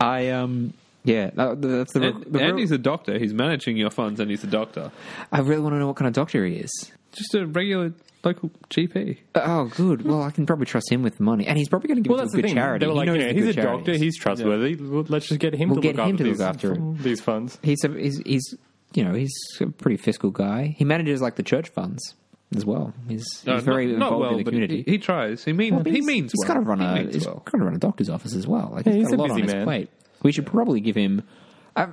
[SPEAKER 2] I, um, yeah, that, that's the,
[SPEAKER 4] And,
[SPEAKER 2] the
[SPEAKER 4] and he's a doctor. He's managing your funds, and he's a doctor.
[SPEAKER 2] I really want to know what kind of doctor he is.
[SPEAKER 4] Just a regular local GP.
[SPEAKER 2] Oh, good. Well, I can probably trust him with the money, and he's probably going to give
[SPEAKER 3] Well,
[SPEAKER 2] it
[SPEAKER 3] that's
[SPEAKER 2] to
[SPEAKER 3] the
[SPEAKER 2] a good
[SPEAKER 3] thing.
[SPEAKER 2] charity.
[SPEAKER 3] They were
[SPEAKER 2] He
[SPEAKER 3] like,
[SPEAKER 2] knows
[SPEAKER 3] you know,
[SPEAKER 2] the
[SPEAKER 3] he's a
[SPEAKER 2] good
[SPEAKER 3] doctor.
[SPEAKER 2] charities.
[SPEAKER 3] He's trustworthy. Well, Let's just get him
[SPEAKER 2] We'll
[SPEAKER 3] to
[SPEAKER 2] get
[SPEAKER 3] look
[SPEAKER 2] him
[SPEAKER 3] after
[SPEAKER 2] to
[SPEAKER 3] these,
[SPEAKER 2] look after it.
[SPEAKER 3] these funds.
[SPEAKER 2] he's a, he's he's you know he's a pretty fiscal guy. He manages like the church funds as well. He's, he's
[SPEAKER 4] No,
[SPEAKER 2] very
[SPEAKER 4] not- not
[SPEAKER 2] involved in the
[SPEAKER 4] but
[SPEAKER 2] community.
[SPEAKER 4] He, he tries. He means.
[SPEAKER 2] Well, but
[SPEAKER 4] he
[SPEAKER 2] he's-
[SPEAKER 4] means.
[SPEAKER 2] He's
[SPEAKER 4] well.
[SPEAKER 2] got to run
[SPEAKER 4] He
[SPEAKER 2] a
[SPEAKER 4] means
[SPEAKER 2] he's
[SPEAKER 4] well.
[SPEAKER 2] got to run a doctor's office as well. Like
[SPEAKER 3] Yeah,
[SPEAKER 2] he's
[SPEAKER 3] he's
[SPEAKER 2] got a
[SPEAKER 3] a
[SPEAKER 2] lot on
[SPEAKER 3] busy
[SPEAKER 2] his
[SPEAKER 3] man.
[SPEAKER 2] plate. We should probably give him. I,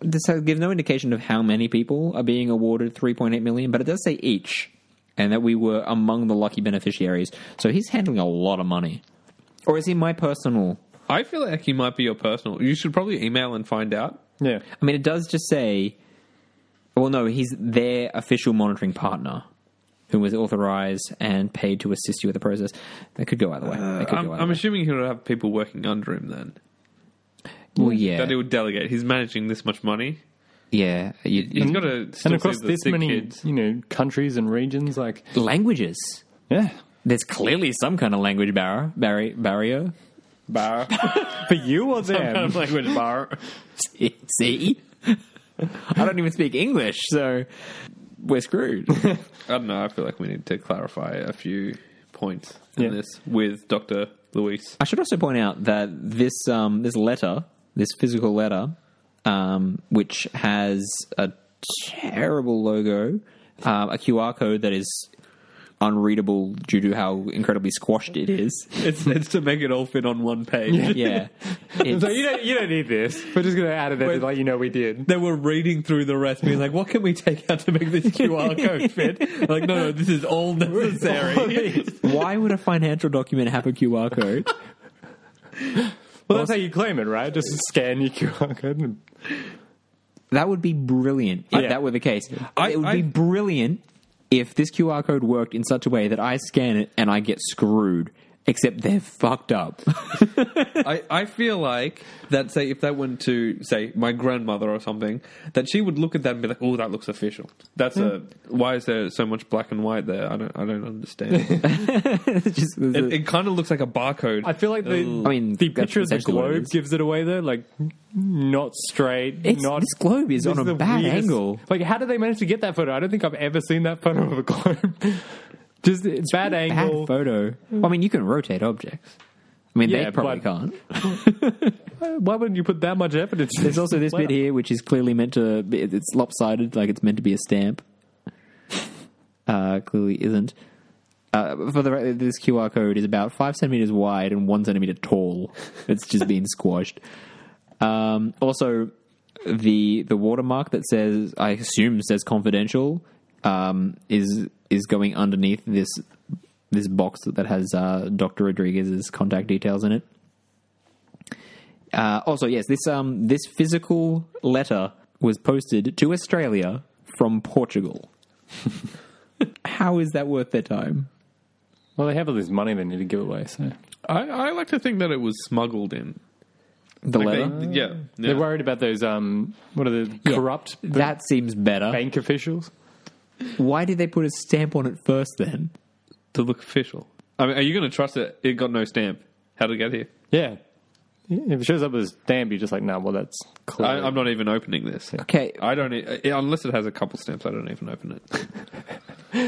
[SPEAKER 2] this has give no indication of how many people are being awarded 3.8 million, but it does say each, and that we were among the lucky beneficiaries. So he's handling a lot of money, or is he my personal?
[SPEAKER 4] I feel like he might be your personal. You should probably email and find out.
[SPEAKER 3] Yeah.
[SPEAKER 2] I mean, it does just say. Well, no, he's their official monitoring partner, who was authorized and paid to assist you with the process. That could go either way. That could
[SPEAKER 4] Uh, I'm,
[SPEAKER 2] go either
[SPEAKER 4] I'm
[SPEAKER 2] way.
[SPEAKER 4] assuming he'll have people working under him then.
[SPEAKER 2] well, yeah,
[SPEAKER 4] That he would delegate. He's managing this much money.
[SPEAKER 2] yeah. You- you-
[SPEAKER 4] He's got to still
[SPEAKER 3] and across
[SPEAKER 4] see the
[SPEAKER 3] this
[SPEAKER 4] sick
[SPEAKER 3] many,
[SPEAKER 4] kids.
[SPEAKER 3] you know, countries and regions, like
[SPEAKER 2] languages.
[SPEAKER 3] yeah,
[SPEAKER 2] There's clearly some kind of language barrier. Barrier. barrier.
[SPEAKER 4] bar
[SPEAKER 3] for you or them.
[SPEAKER 4] kind of language bar.
[SPEAKER 2] See, I don't even speak English, so we're screwed.
[SPEAKER 4] I don't know. I feel like we need to clarify a few points in
[SPEAKER 3] Yeah.
[SPEAKER 4] this with Doctor Luis.
[SPEAKER 2] I should also point out that this um, this letter, this physical letter, um, which has a terrible logo, um, a QR code that is unreadable due to how incredibly squashed it is.
[SPEAKER 4] It's, it's to make it all fit on one page.
[SPEAKER 2] Yeah,
[SPEAKER 3] It's
[SPEAKER 2] It's-
[SPEAKER 3] like, you don't, you don't need this. We're just going to add it there to let you know we did.
[SPEAKER 4] They were reading through the rest, being like, "What can we take out to make this QR code fit?" Like, no, no, this is all necessary.
[SPEAKER 2] why would a financial document have a QR code?
[SPEAKER 3] Well, that's how you claim it, right? Just scan your QR code. And,
[SPEAKER 2] That would be brilliant if
[SPEAKER 3] Yeah.
[SPEAKER 2] that were the case.
[SPEAKER 4] I-
[SPEAKER 2] it would
[SPEAKER 4] I-
[SPEAKER 2] be brilliant if this QR code worked in such a way that I scan it and I get screwed. Except they're fucked up.
[SPEAKER 4] I, I feel like that. Say, if that went to say my grandmother or something, that she would look at that and be like, "Oh, that looks official." That's a why is there so much black and white there? I don't, I don't understand.
[SPEAKER 2] It's just-
[SPEAKER 4] it it kind of looks like a barcode.
[SPEAKER 3] I feel like the,
[SPEAKER 2] I mean,
[SPEAKER 3] the
[SPEAKER 2] that's
[SPEAKER 3] picture of the
[SPEAKER 2] essentially what it
[SPEAKER 3] globe
[SPEAKER 2] is.
[SPEAKER 3] gives it away, though. Like, not straight,
[SPEAKER 2] It's,
[SPEAKER 3] not.
[SPEAKER 2] this globe is
[SPEAKER 3] this
[SPEAKER 2] on a
[SPEAKER 3] the
[SPEAKER 2] bad
[SPEAKER 3] weirdest-
[SPEAKER 2] angle.
[SPEAKER 3] Like, how did they manage to get that photo? I don't think I've ever seen that photo of a globe. Just it's bad
[SPEAKER 2] Bad
[SPEAKER 3] angle.
[SPEAKER 2] photo. Well, I mean, you can rotate objects. I I mean,
[SPEAKER 3] Yeah,
[SPEAKER 2] they probably can't.
[SPEAKER 3] Why wouldn't you put that much effort into
[SPEAKER 2] There's also this bit here which is clearly meant to. Be, it's lopsided, like it's meant to be a stamp. Uh, clearly isn't. Uh, for the re- this QR code is about five centimeters wide and one centimeter tall. It's just been squashed. Um, also, the the watermark that says I assume says confidential um, is is going underneath this this box that has uh, Doctor Rodriguez's contact details in it. Uh, also, yes, this um, this physical letter was posted to Australia from Portugal. How is that worth their time?
[SPEAKER 3] Well, they have all this money they need to give away, so
[SPEAKER 4] I, I like to think that it was smuggled in.
[SPEAKER 2] The
[SPEAKER 4] Like
[SPEAKER 2] letter
[SPEAKER 4] they, yeah, yeah.
[SPEAKER 3] they're worried about those. Um, what are the
[SPEAKER 2] Yeah.
[SPEAKER 3] corrupt
[SPEAKER 2] that seems better.
[SPEAKER 3] bank officials?
[SPEAKER 2] Why did they put a stamp on it first? Then
[SPEAKER 4] to look official. I mean, are you going to trust it? It got no stamp. How did it get here?
[SPEAKER 3] Yeah, if it shows up as damn, you're just like, nah, well, that's clear.
[SPEAKER 4] I, I'm not even opening this.
[SPEAKER 2] okay,
[SPEAKER 4] I don't e- uh, unless it has a couple stamps. I don't even open it.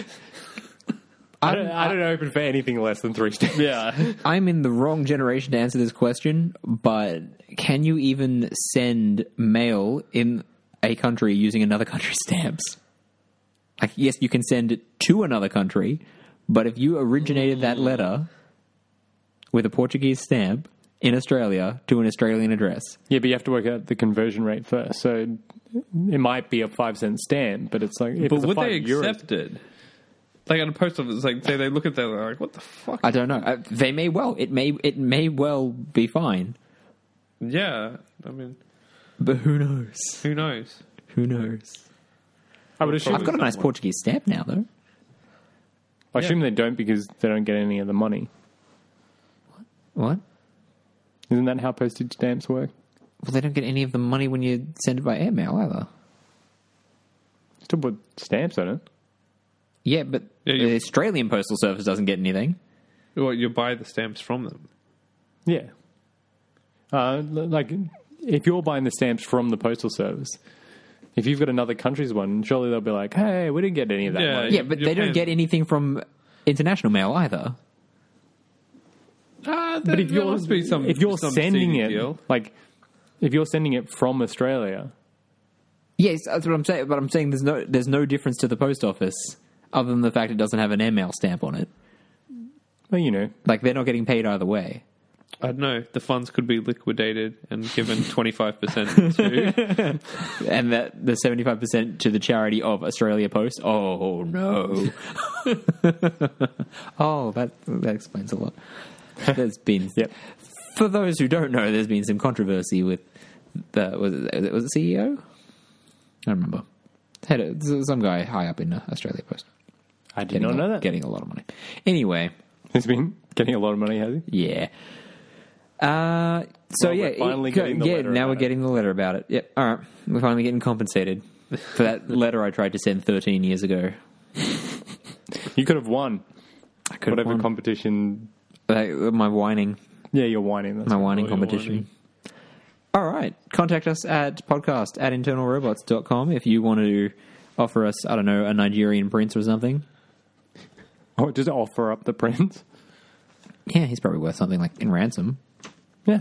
[SPEAKER 3] I don't, I don't open for anything less than three stamps.
[SPEAKER 4] Yeah,
[SPEAKER 2] I'm in the wrong generation to answer this question, but can you even send mail in a country using another country's stamps? Like, yes, you can send it to another country, but if you originated that letter with a Portuguese stamp in Australia to an Australian address,
[SPEAKER 3] Yeah, but you have to work out the conversion rate first. So it might be a five cent stamp, but it's like, if
[SPEAKER 4] but
[SPEAKER 3] it's a
[SPEAKER 4] would
[SPEAKER 3] five
[SPEAKER 4] they
[SPEAKER 3] euro-
[SPEAKER 4] accept it? Like at a post office, like say they look at that, they're like, "What the fuck?"
[SPEAKER 2] I don't know. Uh, They may well. It may. It may well be fine,
[SPEAKER 4] yeah, I mean,
[SPEAKER 2] but who knows?
[SPEAKER 4] who knows?
[SPEAKER 2] Who knows?
[SPEAKER 3] I would assume.
[SPEAKER 2] I've got a nice Portuguese stamp now, though.
[SPEAKER 3] I assume they don't because they don't get any of the money.
[SPEAKER 2] What?
[SPEAKER 3] Isn't that how postage stamps work?
[SPEAKER 2] Well, they don't get any of the money when you send it by airmail either.
[SPEAKER 3] Still put stamps on it.
[SPEAKER 2] Yeah, but
[SPEAKER 4] Yeah, you-
[SPEAKER 2] the Australian Postal Service doesn't get anything.
[SPEAKER 4] Well, you buy the stamps from them.
[SPEAKER 3] Yeah. Uh, l- like, if you're buying the stamps from the postal service, if you've got another country's one, surely they'll be like, "Hey, we didn't get any of that
[SPEAKER 4] Yeah.
[SPEAKER 3] money."
[SPEAKER 2] Yeah, but
[SPEAKER 4] you're
[SPEAKER 2] they don't
[SPEAKER 4] paying-
[SPEAKER 2] get anything from international mail either.
[SPEAKER 4] Ah,
[SPEAKER 3] But if you're if you're sending it, like, if you're sending it from Australia,
[SPEAKER 2] Yes, that's what I'm saying. But I'm saying there's no there's no difference to the post office other than the fact it doesn't have an airmail stamp on it.
[SPEAKER 3] well, you know,
[SPEAKER 2] Like they're not getting paid either way.
[SPEAKER 4] I don't know. The funds could be liquidated and given twenty five percent to.
[SPEAKER 2] And that the seventy five percent to the charity of Australia Post. Oh no. oh, that that explains a lot. There's been
[SPEAKER 3] Yep.
[SPEAKER 2] for those who don't know, there's been some controversy with the was it, was it CEO? I don't remember. Had a, some guy high up in uh, Australia Post
[SPEAKER 3] I did
[SPEAKER 2] getting
[SPEAKER 3] not
[SPEAKER 2] a,
[SPEAKER 3] know that.
[SPEAKER 2] getting a lot of money. Anyway,
[SPEAKER 3] He's been getting a lot of money, has he?
[SPEAKER 2] yeah. Uh, so
[SPEAKER 3] Well,
[SPEAKER 2] yeah,
[SPEAKER 3] we're finally
[SPEAKER 2] it- go-
[SPEAKER 3] getting the
[SPEAKER 2] yeah.
[SPEAKER 3] letter
[SPEAKER 2] now
[SPEAKER 3] about
[SPEAKER 2] we're
[SPEAKER 3] it.
[SPEAKER 2] getting the letter about it. Yep. All right, we're finally getting compensated for that letter I tried to send 13 years ago.
[SPEAKER 3] You could have won
[SPEAKER 2] I could
[SPEAKER 3] whatever
[SPEAKER 2] won.
[SPEAKER 3] competition.
[SPEAKER 2] Like, uh, my whining
[SPEAKER 3] Yeah, you're whining. That's
[SPEAKER 2] my whining
[SPEAKER 4] Probably
[SPEAKER 2] competition.
[SPEAKER 4] whining.
[SPEAKER 2] All right. Contact us at podcast at internalrobots.com if you want to offer us, I don't know, a Nigerian prince or something.
[SPEAKER 3] Or just Oh, offer up the prints.
[SPEAKER 2] Yeah, he's probably worth something like in ransom.
[SPEAKER 3] Yeah.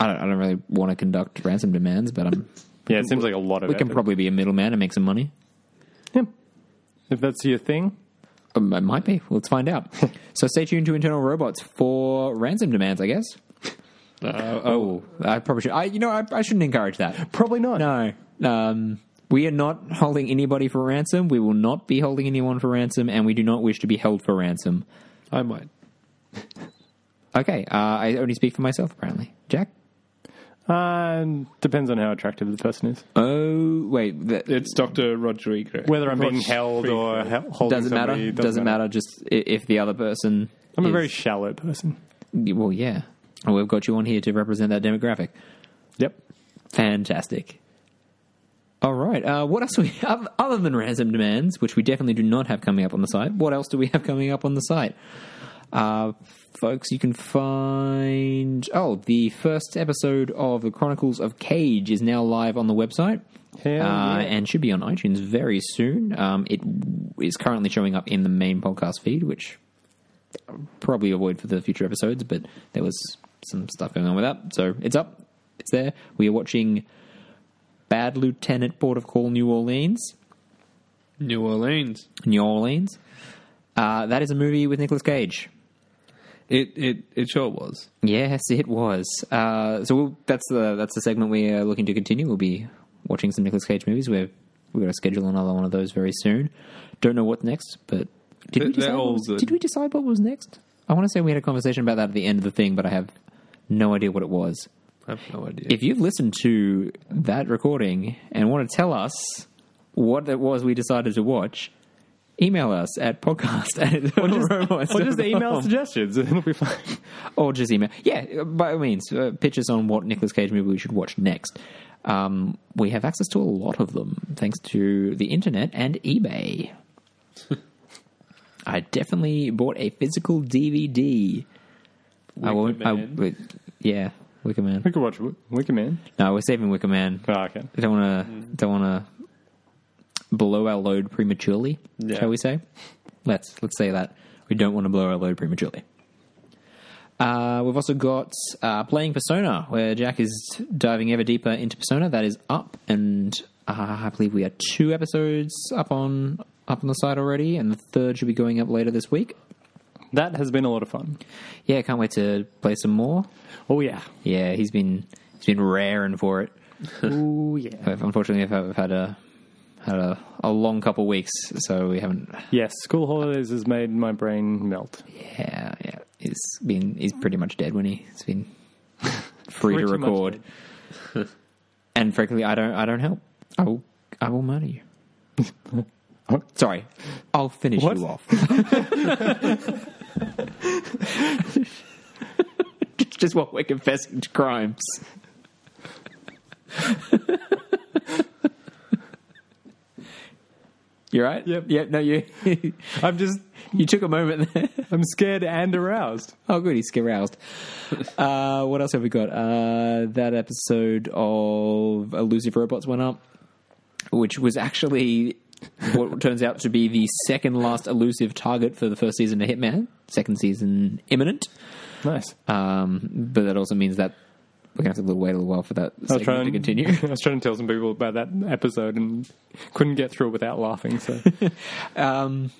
[SPEAKER 2] I don't, I don't really want to conduct ransom demands, but um,
[SPEAKER 3] Yeah, it seems like a lot of
[SPEAKER 2] we can
[SPEAKER 3] effort.
[SPEAKER 2] probably be a middleman and make some money.
[SPEAKER 3] Yeah. If that's your thing,
[SPEAKER 2] Um, it might be. Let's find out. so stay tuned to Internal Robots for ransom demands, I guess.
[SPEAKER 3] Uh,
[SPEAKER 2] oh, I probably should. I, you know, I, I shouldn't encourage that.
[SPEAKER 3] probably not.
[SPEAKER 2] No. Um, we are not holding anybody for ransom. We will not be holding anyone for ransom, and we do not wish to be held for ransom.
[SPEAKER 4] I might.
[SPEAKER 2] Okay, uh, I only speak for myself, apparently. Jack?
[SPEAKER 3] Uh, depends on how attractive the person is.
[SPEAKER 2] Oh, wait. That
[SPEAKER 4] It's Doctor Rodriguez.
[SPEAKER 3] Whether I'm being
[SPEAKER 4] Rodriguez.
[SPEAKER 3] held or he- holding
[SPEAKER 2] doesn't matter.
[SPEAKER 3] somebody,
[SPEAKER 2] Doesn't, matter. Just i- if the other person.
[SPEAKER 3] I'm a
[SPEAKER 2] is-
[SPEAKER 3] very shallow person.
[SPEAKER 2] Well, yeah. And We've got you on here to represent that demographic.
[SPEAKER 3] Yep.
[SPEAKER 2] Fantastic. All right. Uh, what else do we have other than ransom demands, which we definitely do not have coming up on the site? What else do we have coming up on the site? Uh, folks, you can find. Oh, the first episode of The Chronicles of Cage is now live on the website.
[SPEAKER 3] Hell
[SPEAKER 2] uh,
[SPEAKER 3] yeah.
[SPEAKER 2] And should be on iTunes very soon. Um, it w- is currently showing up in the main podcast feed, which probably avoid for the future episodes, but there was some stuff going on with that. So it's up. It's there. We are watching Bad Lieutenant Port of Call New Orleans.
[SPEAKER 4] New Orleans.
[SPEAKER 2] New Orleans. Uh, that is a movie with Nicolas Cage.
[SPEAKER 4] It it it sure was.
[SPEAKER 2] Yes, it was. Uh, so we'll, that's the that's the segment we are looking to continue. We'll be watching some Nicolas Cage movies. We're we're going to schedule another one of those very soon. Don't know what's next, but did
[SPEAKER 4] They're-
[SPEAKER 2] we decide
[SPEAKER 4] they're
[SPEAKER 2] what
[SPEAKER 4] all
[SPEAKER 2] was,
[SPEAKER 4] good.
[SPEAKER 2] did we decide what was next? I want to say we had a conversation about that at the end of the thing, but I have no idea what it was.
[SPEAKER 4] I have no idea.
[SPEAKER 2] If you've listened to that recording and want to tell us what it was we decided to watch, email us at podcast at or
[SPEAKER 3] Or just email suggestions. It'll be fine.
[SPEAKER 2] or just email. Yeah, by all means, uh, pictures on what Nicolas Cage movie we should watch next. Um, we have access to a lot of them thanks to the internet and eBay. I definitely bought a physical DVD. I won't. I,
[SPEAKER 4] Wickerman.
[SPEAKER 2] wait, yeah, Wicker Man.
[SPEAKER 3] We could watch Wi- Wicker Man.
[SPEAKER 2] No, we're saving Wicker Man.
[SPEAKER 3] Oh, okay.
[SPEAKER 2] I don't want to. Don't want to blow our load prematurely.
[SPEAKER 4] Yeah.
[SPEAKER 2] Shall we say? Let's let's say that we don't want to blow our load prematurely. Uh, we've also got uh, playing Persona, where Jack is diving ever deeper into Persona. That is up, and uh, I believe we are two episodes up on up on the site already, and the third should be going up later this week.
[SPEAKER 3] That has been a lot of fun.
[SPEAKER 2] Yeah, can't wait to play some more.
[SPEAKER 3] Oh, yeah.
[SPEAKER 2] Yeah, he's been he's been raring for it.
[SPEAKER 3] Oh, yeah.
[SPEAKER 2] I've, unfortunately, I've, I've had a had a, a long couple weeks, so we haven't.
[SPEAKER 3] Yes, school holidays has made my brain melt.
[SPEAKER 2] Yeah, yeah. He's been he's pretty much dead when he, he's been free to
[SPEAKER 3] Pretty much
[SPEAKER 2] record.
[SPEAKER 3] dead.
[SPEAKER 2] And frankly, I don't I don't help. I will I will murder you. Sorry, I'll finish
[SPEAKER 3] What?
[SPEAKER 2] you off. Just- Just while we're confessing to crimes. you right?
[SPEAKER 3] Yep.
[SPEAKER 2] Yep. No, you.
[SPEAKER 3] I'm just,
[SPEAKER 2] You took a moment there.
[SPEAKER 3] I'm scared and aroused.
[SPEAKER 2] Oh, good. He's aroused. Uh, what else have we got? Uh, that episode of Elusive Robots went up, which was actually what turns out to be the second last elusive target for the first season of Hitman. Second season imminent.
[SPEAKER 3] Nice.
[SPEAKER 2] Um, but that also means that we're going to have to wait a little while for that
[SPEAKER 3] I was
[SPEAKER 2] segment
[SPEAKER 3] trying
[SPEAKER 2] to continue.
[SPEAKER 3] I was trying to tell some people about that episode and couldn't get through it without laughing. So
[SPEAKER 2] Um,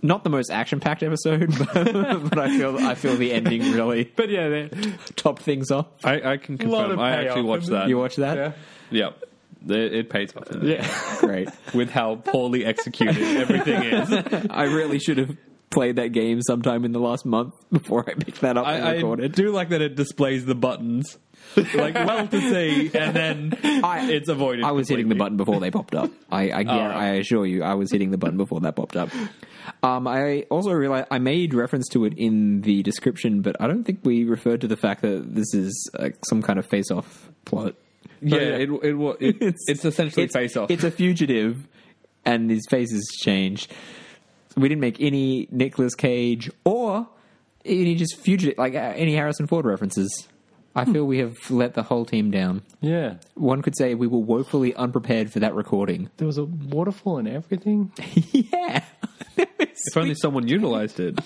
[SPEAKER 2] not the most action-packed episode, but, but I feel I feel the ending really
[SPEAKER 3] But yeah, they,
[SPEAKER 2] topped things off.
[SPEAKER 4] I, I can
[SPEAKER 3] Lot of
[SPEAKER 4] confirm. I actually
[SPEAKER 3] payoff,
[SPEAKER 4] watched
[SPEAKER 3] isn't it?
[SPEAKER 4] that.
[SPEAKER 2] You watch that?
[SPEAKER 3] yeah.
[SPEAKER 4] Yep. It, it pays off isn't it?
[SPEAKER 3] yeah.
[SPEAKER 2] Great.
[SPEAKER 4] with how poorly executed everything is.
[SPEAKER 2] I really should have played that game sometime in the last month before I picked that up and
[SPEAKER 4] I, I
[SPEAKER 2] recorded.
[SPEAKER 4] do like that it displays the buttons, like well to see, and then
[SPEAKER 2] I-
[SPEAKER 4] it's avoided.
[SPEAKER 2] I, was hitting the
[SPEAKER 4] completely.
[SPEAKER 2] button before they popped up. I I, gar-
[SPEAKER 4] right.
[SPEAKER 2] I assure you, I was hitting the button before that popped up. Um, I also realized I made reference to it in the description, but I don't think we referred to the fact that this is uh, some kind of face-off plot.
[SPEAKER 4] Yeah,
[SPEAKER 3] Yeah.
[SPEAKER 4] it it, wa- it it's, essentially
[SPEAKER 2] it's,
[SPEAKER 4] face off.
[SPEAKER 2] It's a fugitive, and his face is changed. We didn't make any Nicolas Cage or any just fugitive, like uh, any Harrison Ford references. I
[SPEAKER 4] Hmm.
[SPEAKER 2] feel we have let the whole team down.
[SPEAKER 3] Yeah.
[SPEAKER 2] One could say we were woefully unprepared for that recording.
[SPEAKER 3] There was a waterfall and everything.
[SPEAKER 2] yeah.
[SPEAKER 4] If only someone utilized it.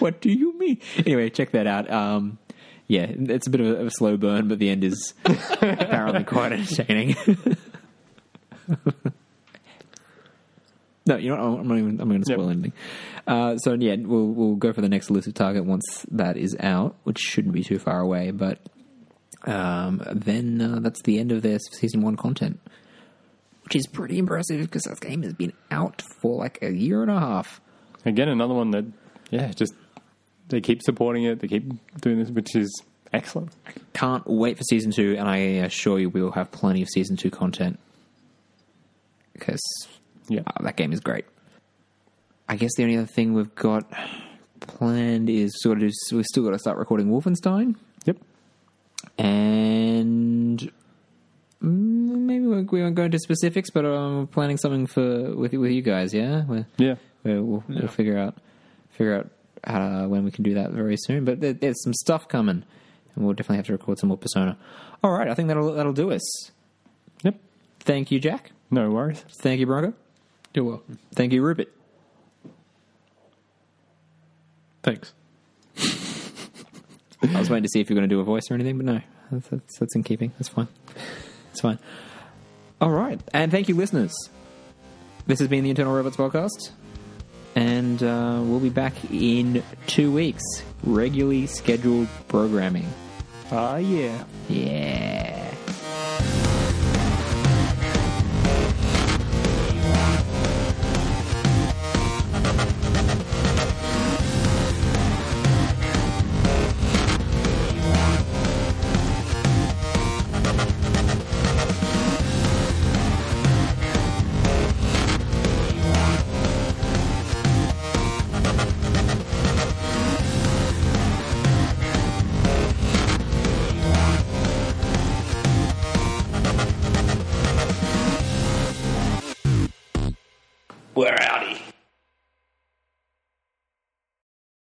[SPEAKER 2] what do you mean? Anyway, check that out. Um, yeah, it's a bit of a, of a slow burn, but the end is apparently quite entertaining. no, you know what? I'm not even. I'm going to spoil
[SPEAKER 3] Yep.
[SPEAKER 2] anything. Uh, so yeah, we'll we'll go for the next elusive target once that is out, which shouldn't be too far away. But um, then uh, that's the end of their season one content, which is pretty impressive because this game has been out for like a year and a half.
[SPEAKER 3] Again, another one that, yeah, just they keep supporting it. They keep doing this, which is excellent.
[SPEAKER 2] Can't wait for season two, and I assure you we will have plenty of season two content because
[SPEAKER 3] Yeah.
[SPEAKER 2] that game is great. I guess the only other thing we've got planned is sort of we've still got to start recording Wolfenstein,
[SPEAKER 3] Yep.
[SPEAKER 2] and mm, maybe we won't- we won't go into specifics, but um, we're planning something for with with you guys. Yeah, we're,
[SPEAKER 3] Yeah.
[SPEAKER 2] we're, we'll, we'll figure out figure out how to, when we can do that very soon. But there, there's some stuff coming, and we'll definitely have to record some more Persona. All right, I think that'll that'll do us.
[SPEAKER 3] Yep.
[SPEAKER 2] Thank you, Jack.
[SPEAKER 3] No worries.
[SPEAKER 2] Thank you, Bronco.
[SPEAKER 4] You're welcome.
[SPEAKER 2] Thank you, Rupert.
[SPEAKER 4] Thanks.
[SPEAKER 2] I was waiting to see if you were going to do a voice or anything, but no, that's, that's, that's in keeping. That's fine. It's fine. All right, and thank you, listeners. This has been the Internal Robots podcast, and uh, we'll be back in two weeks, regularly scheduled programming.
[SPEAKER 3] Ah, yeah.
[SPEAKER 2] Yeah.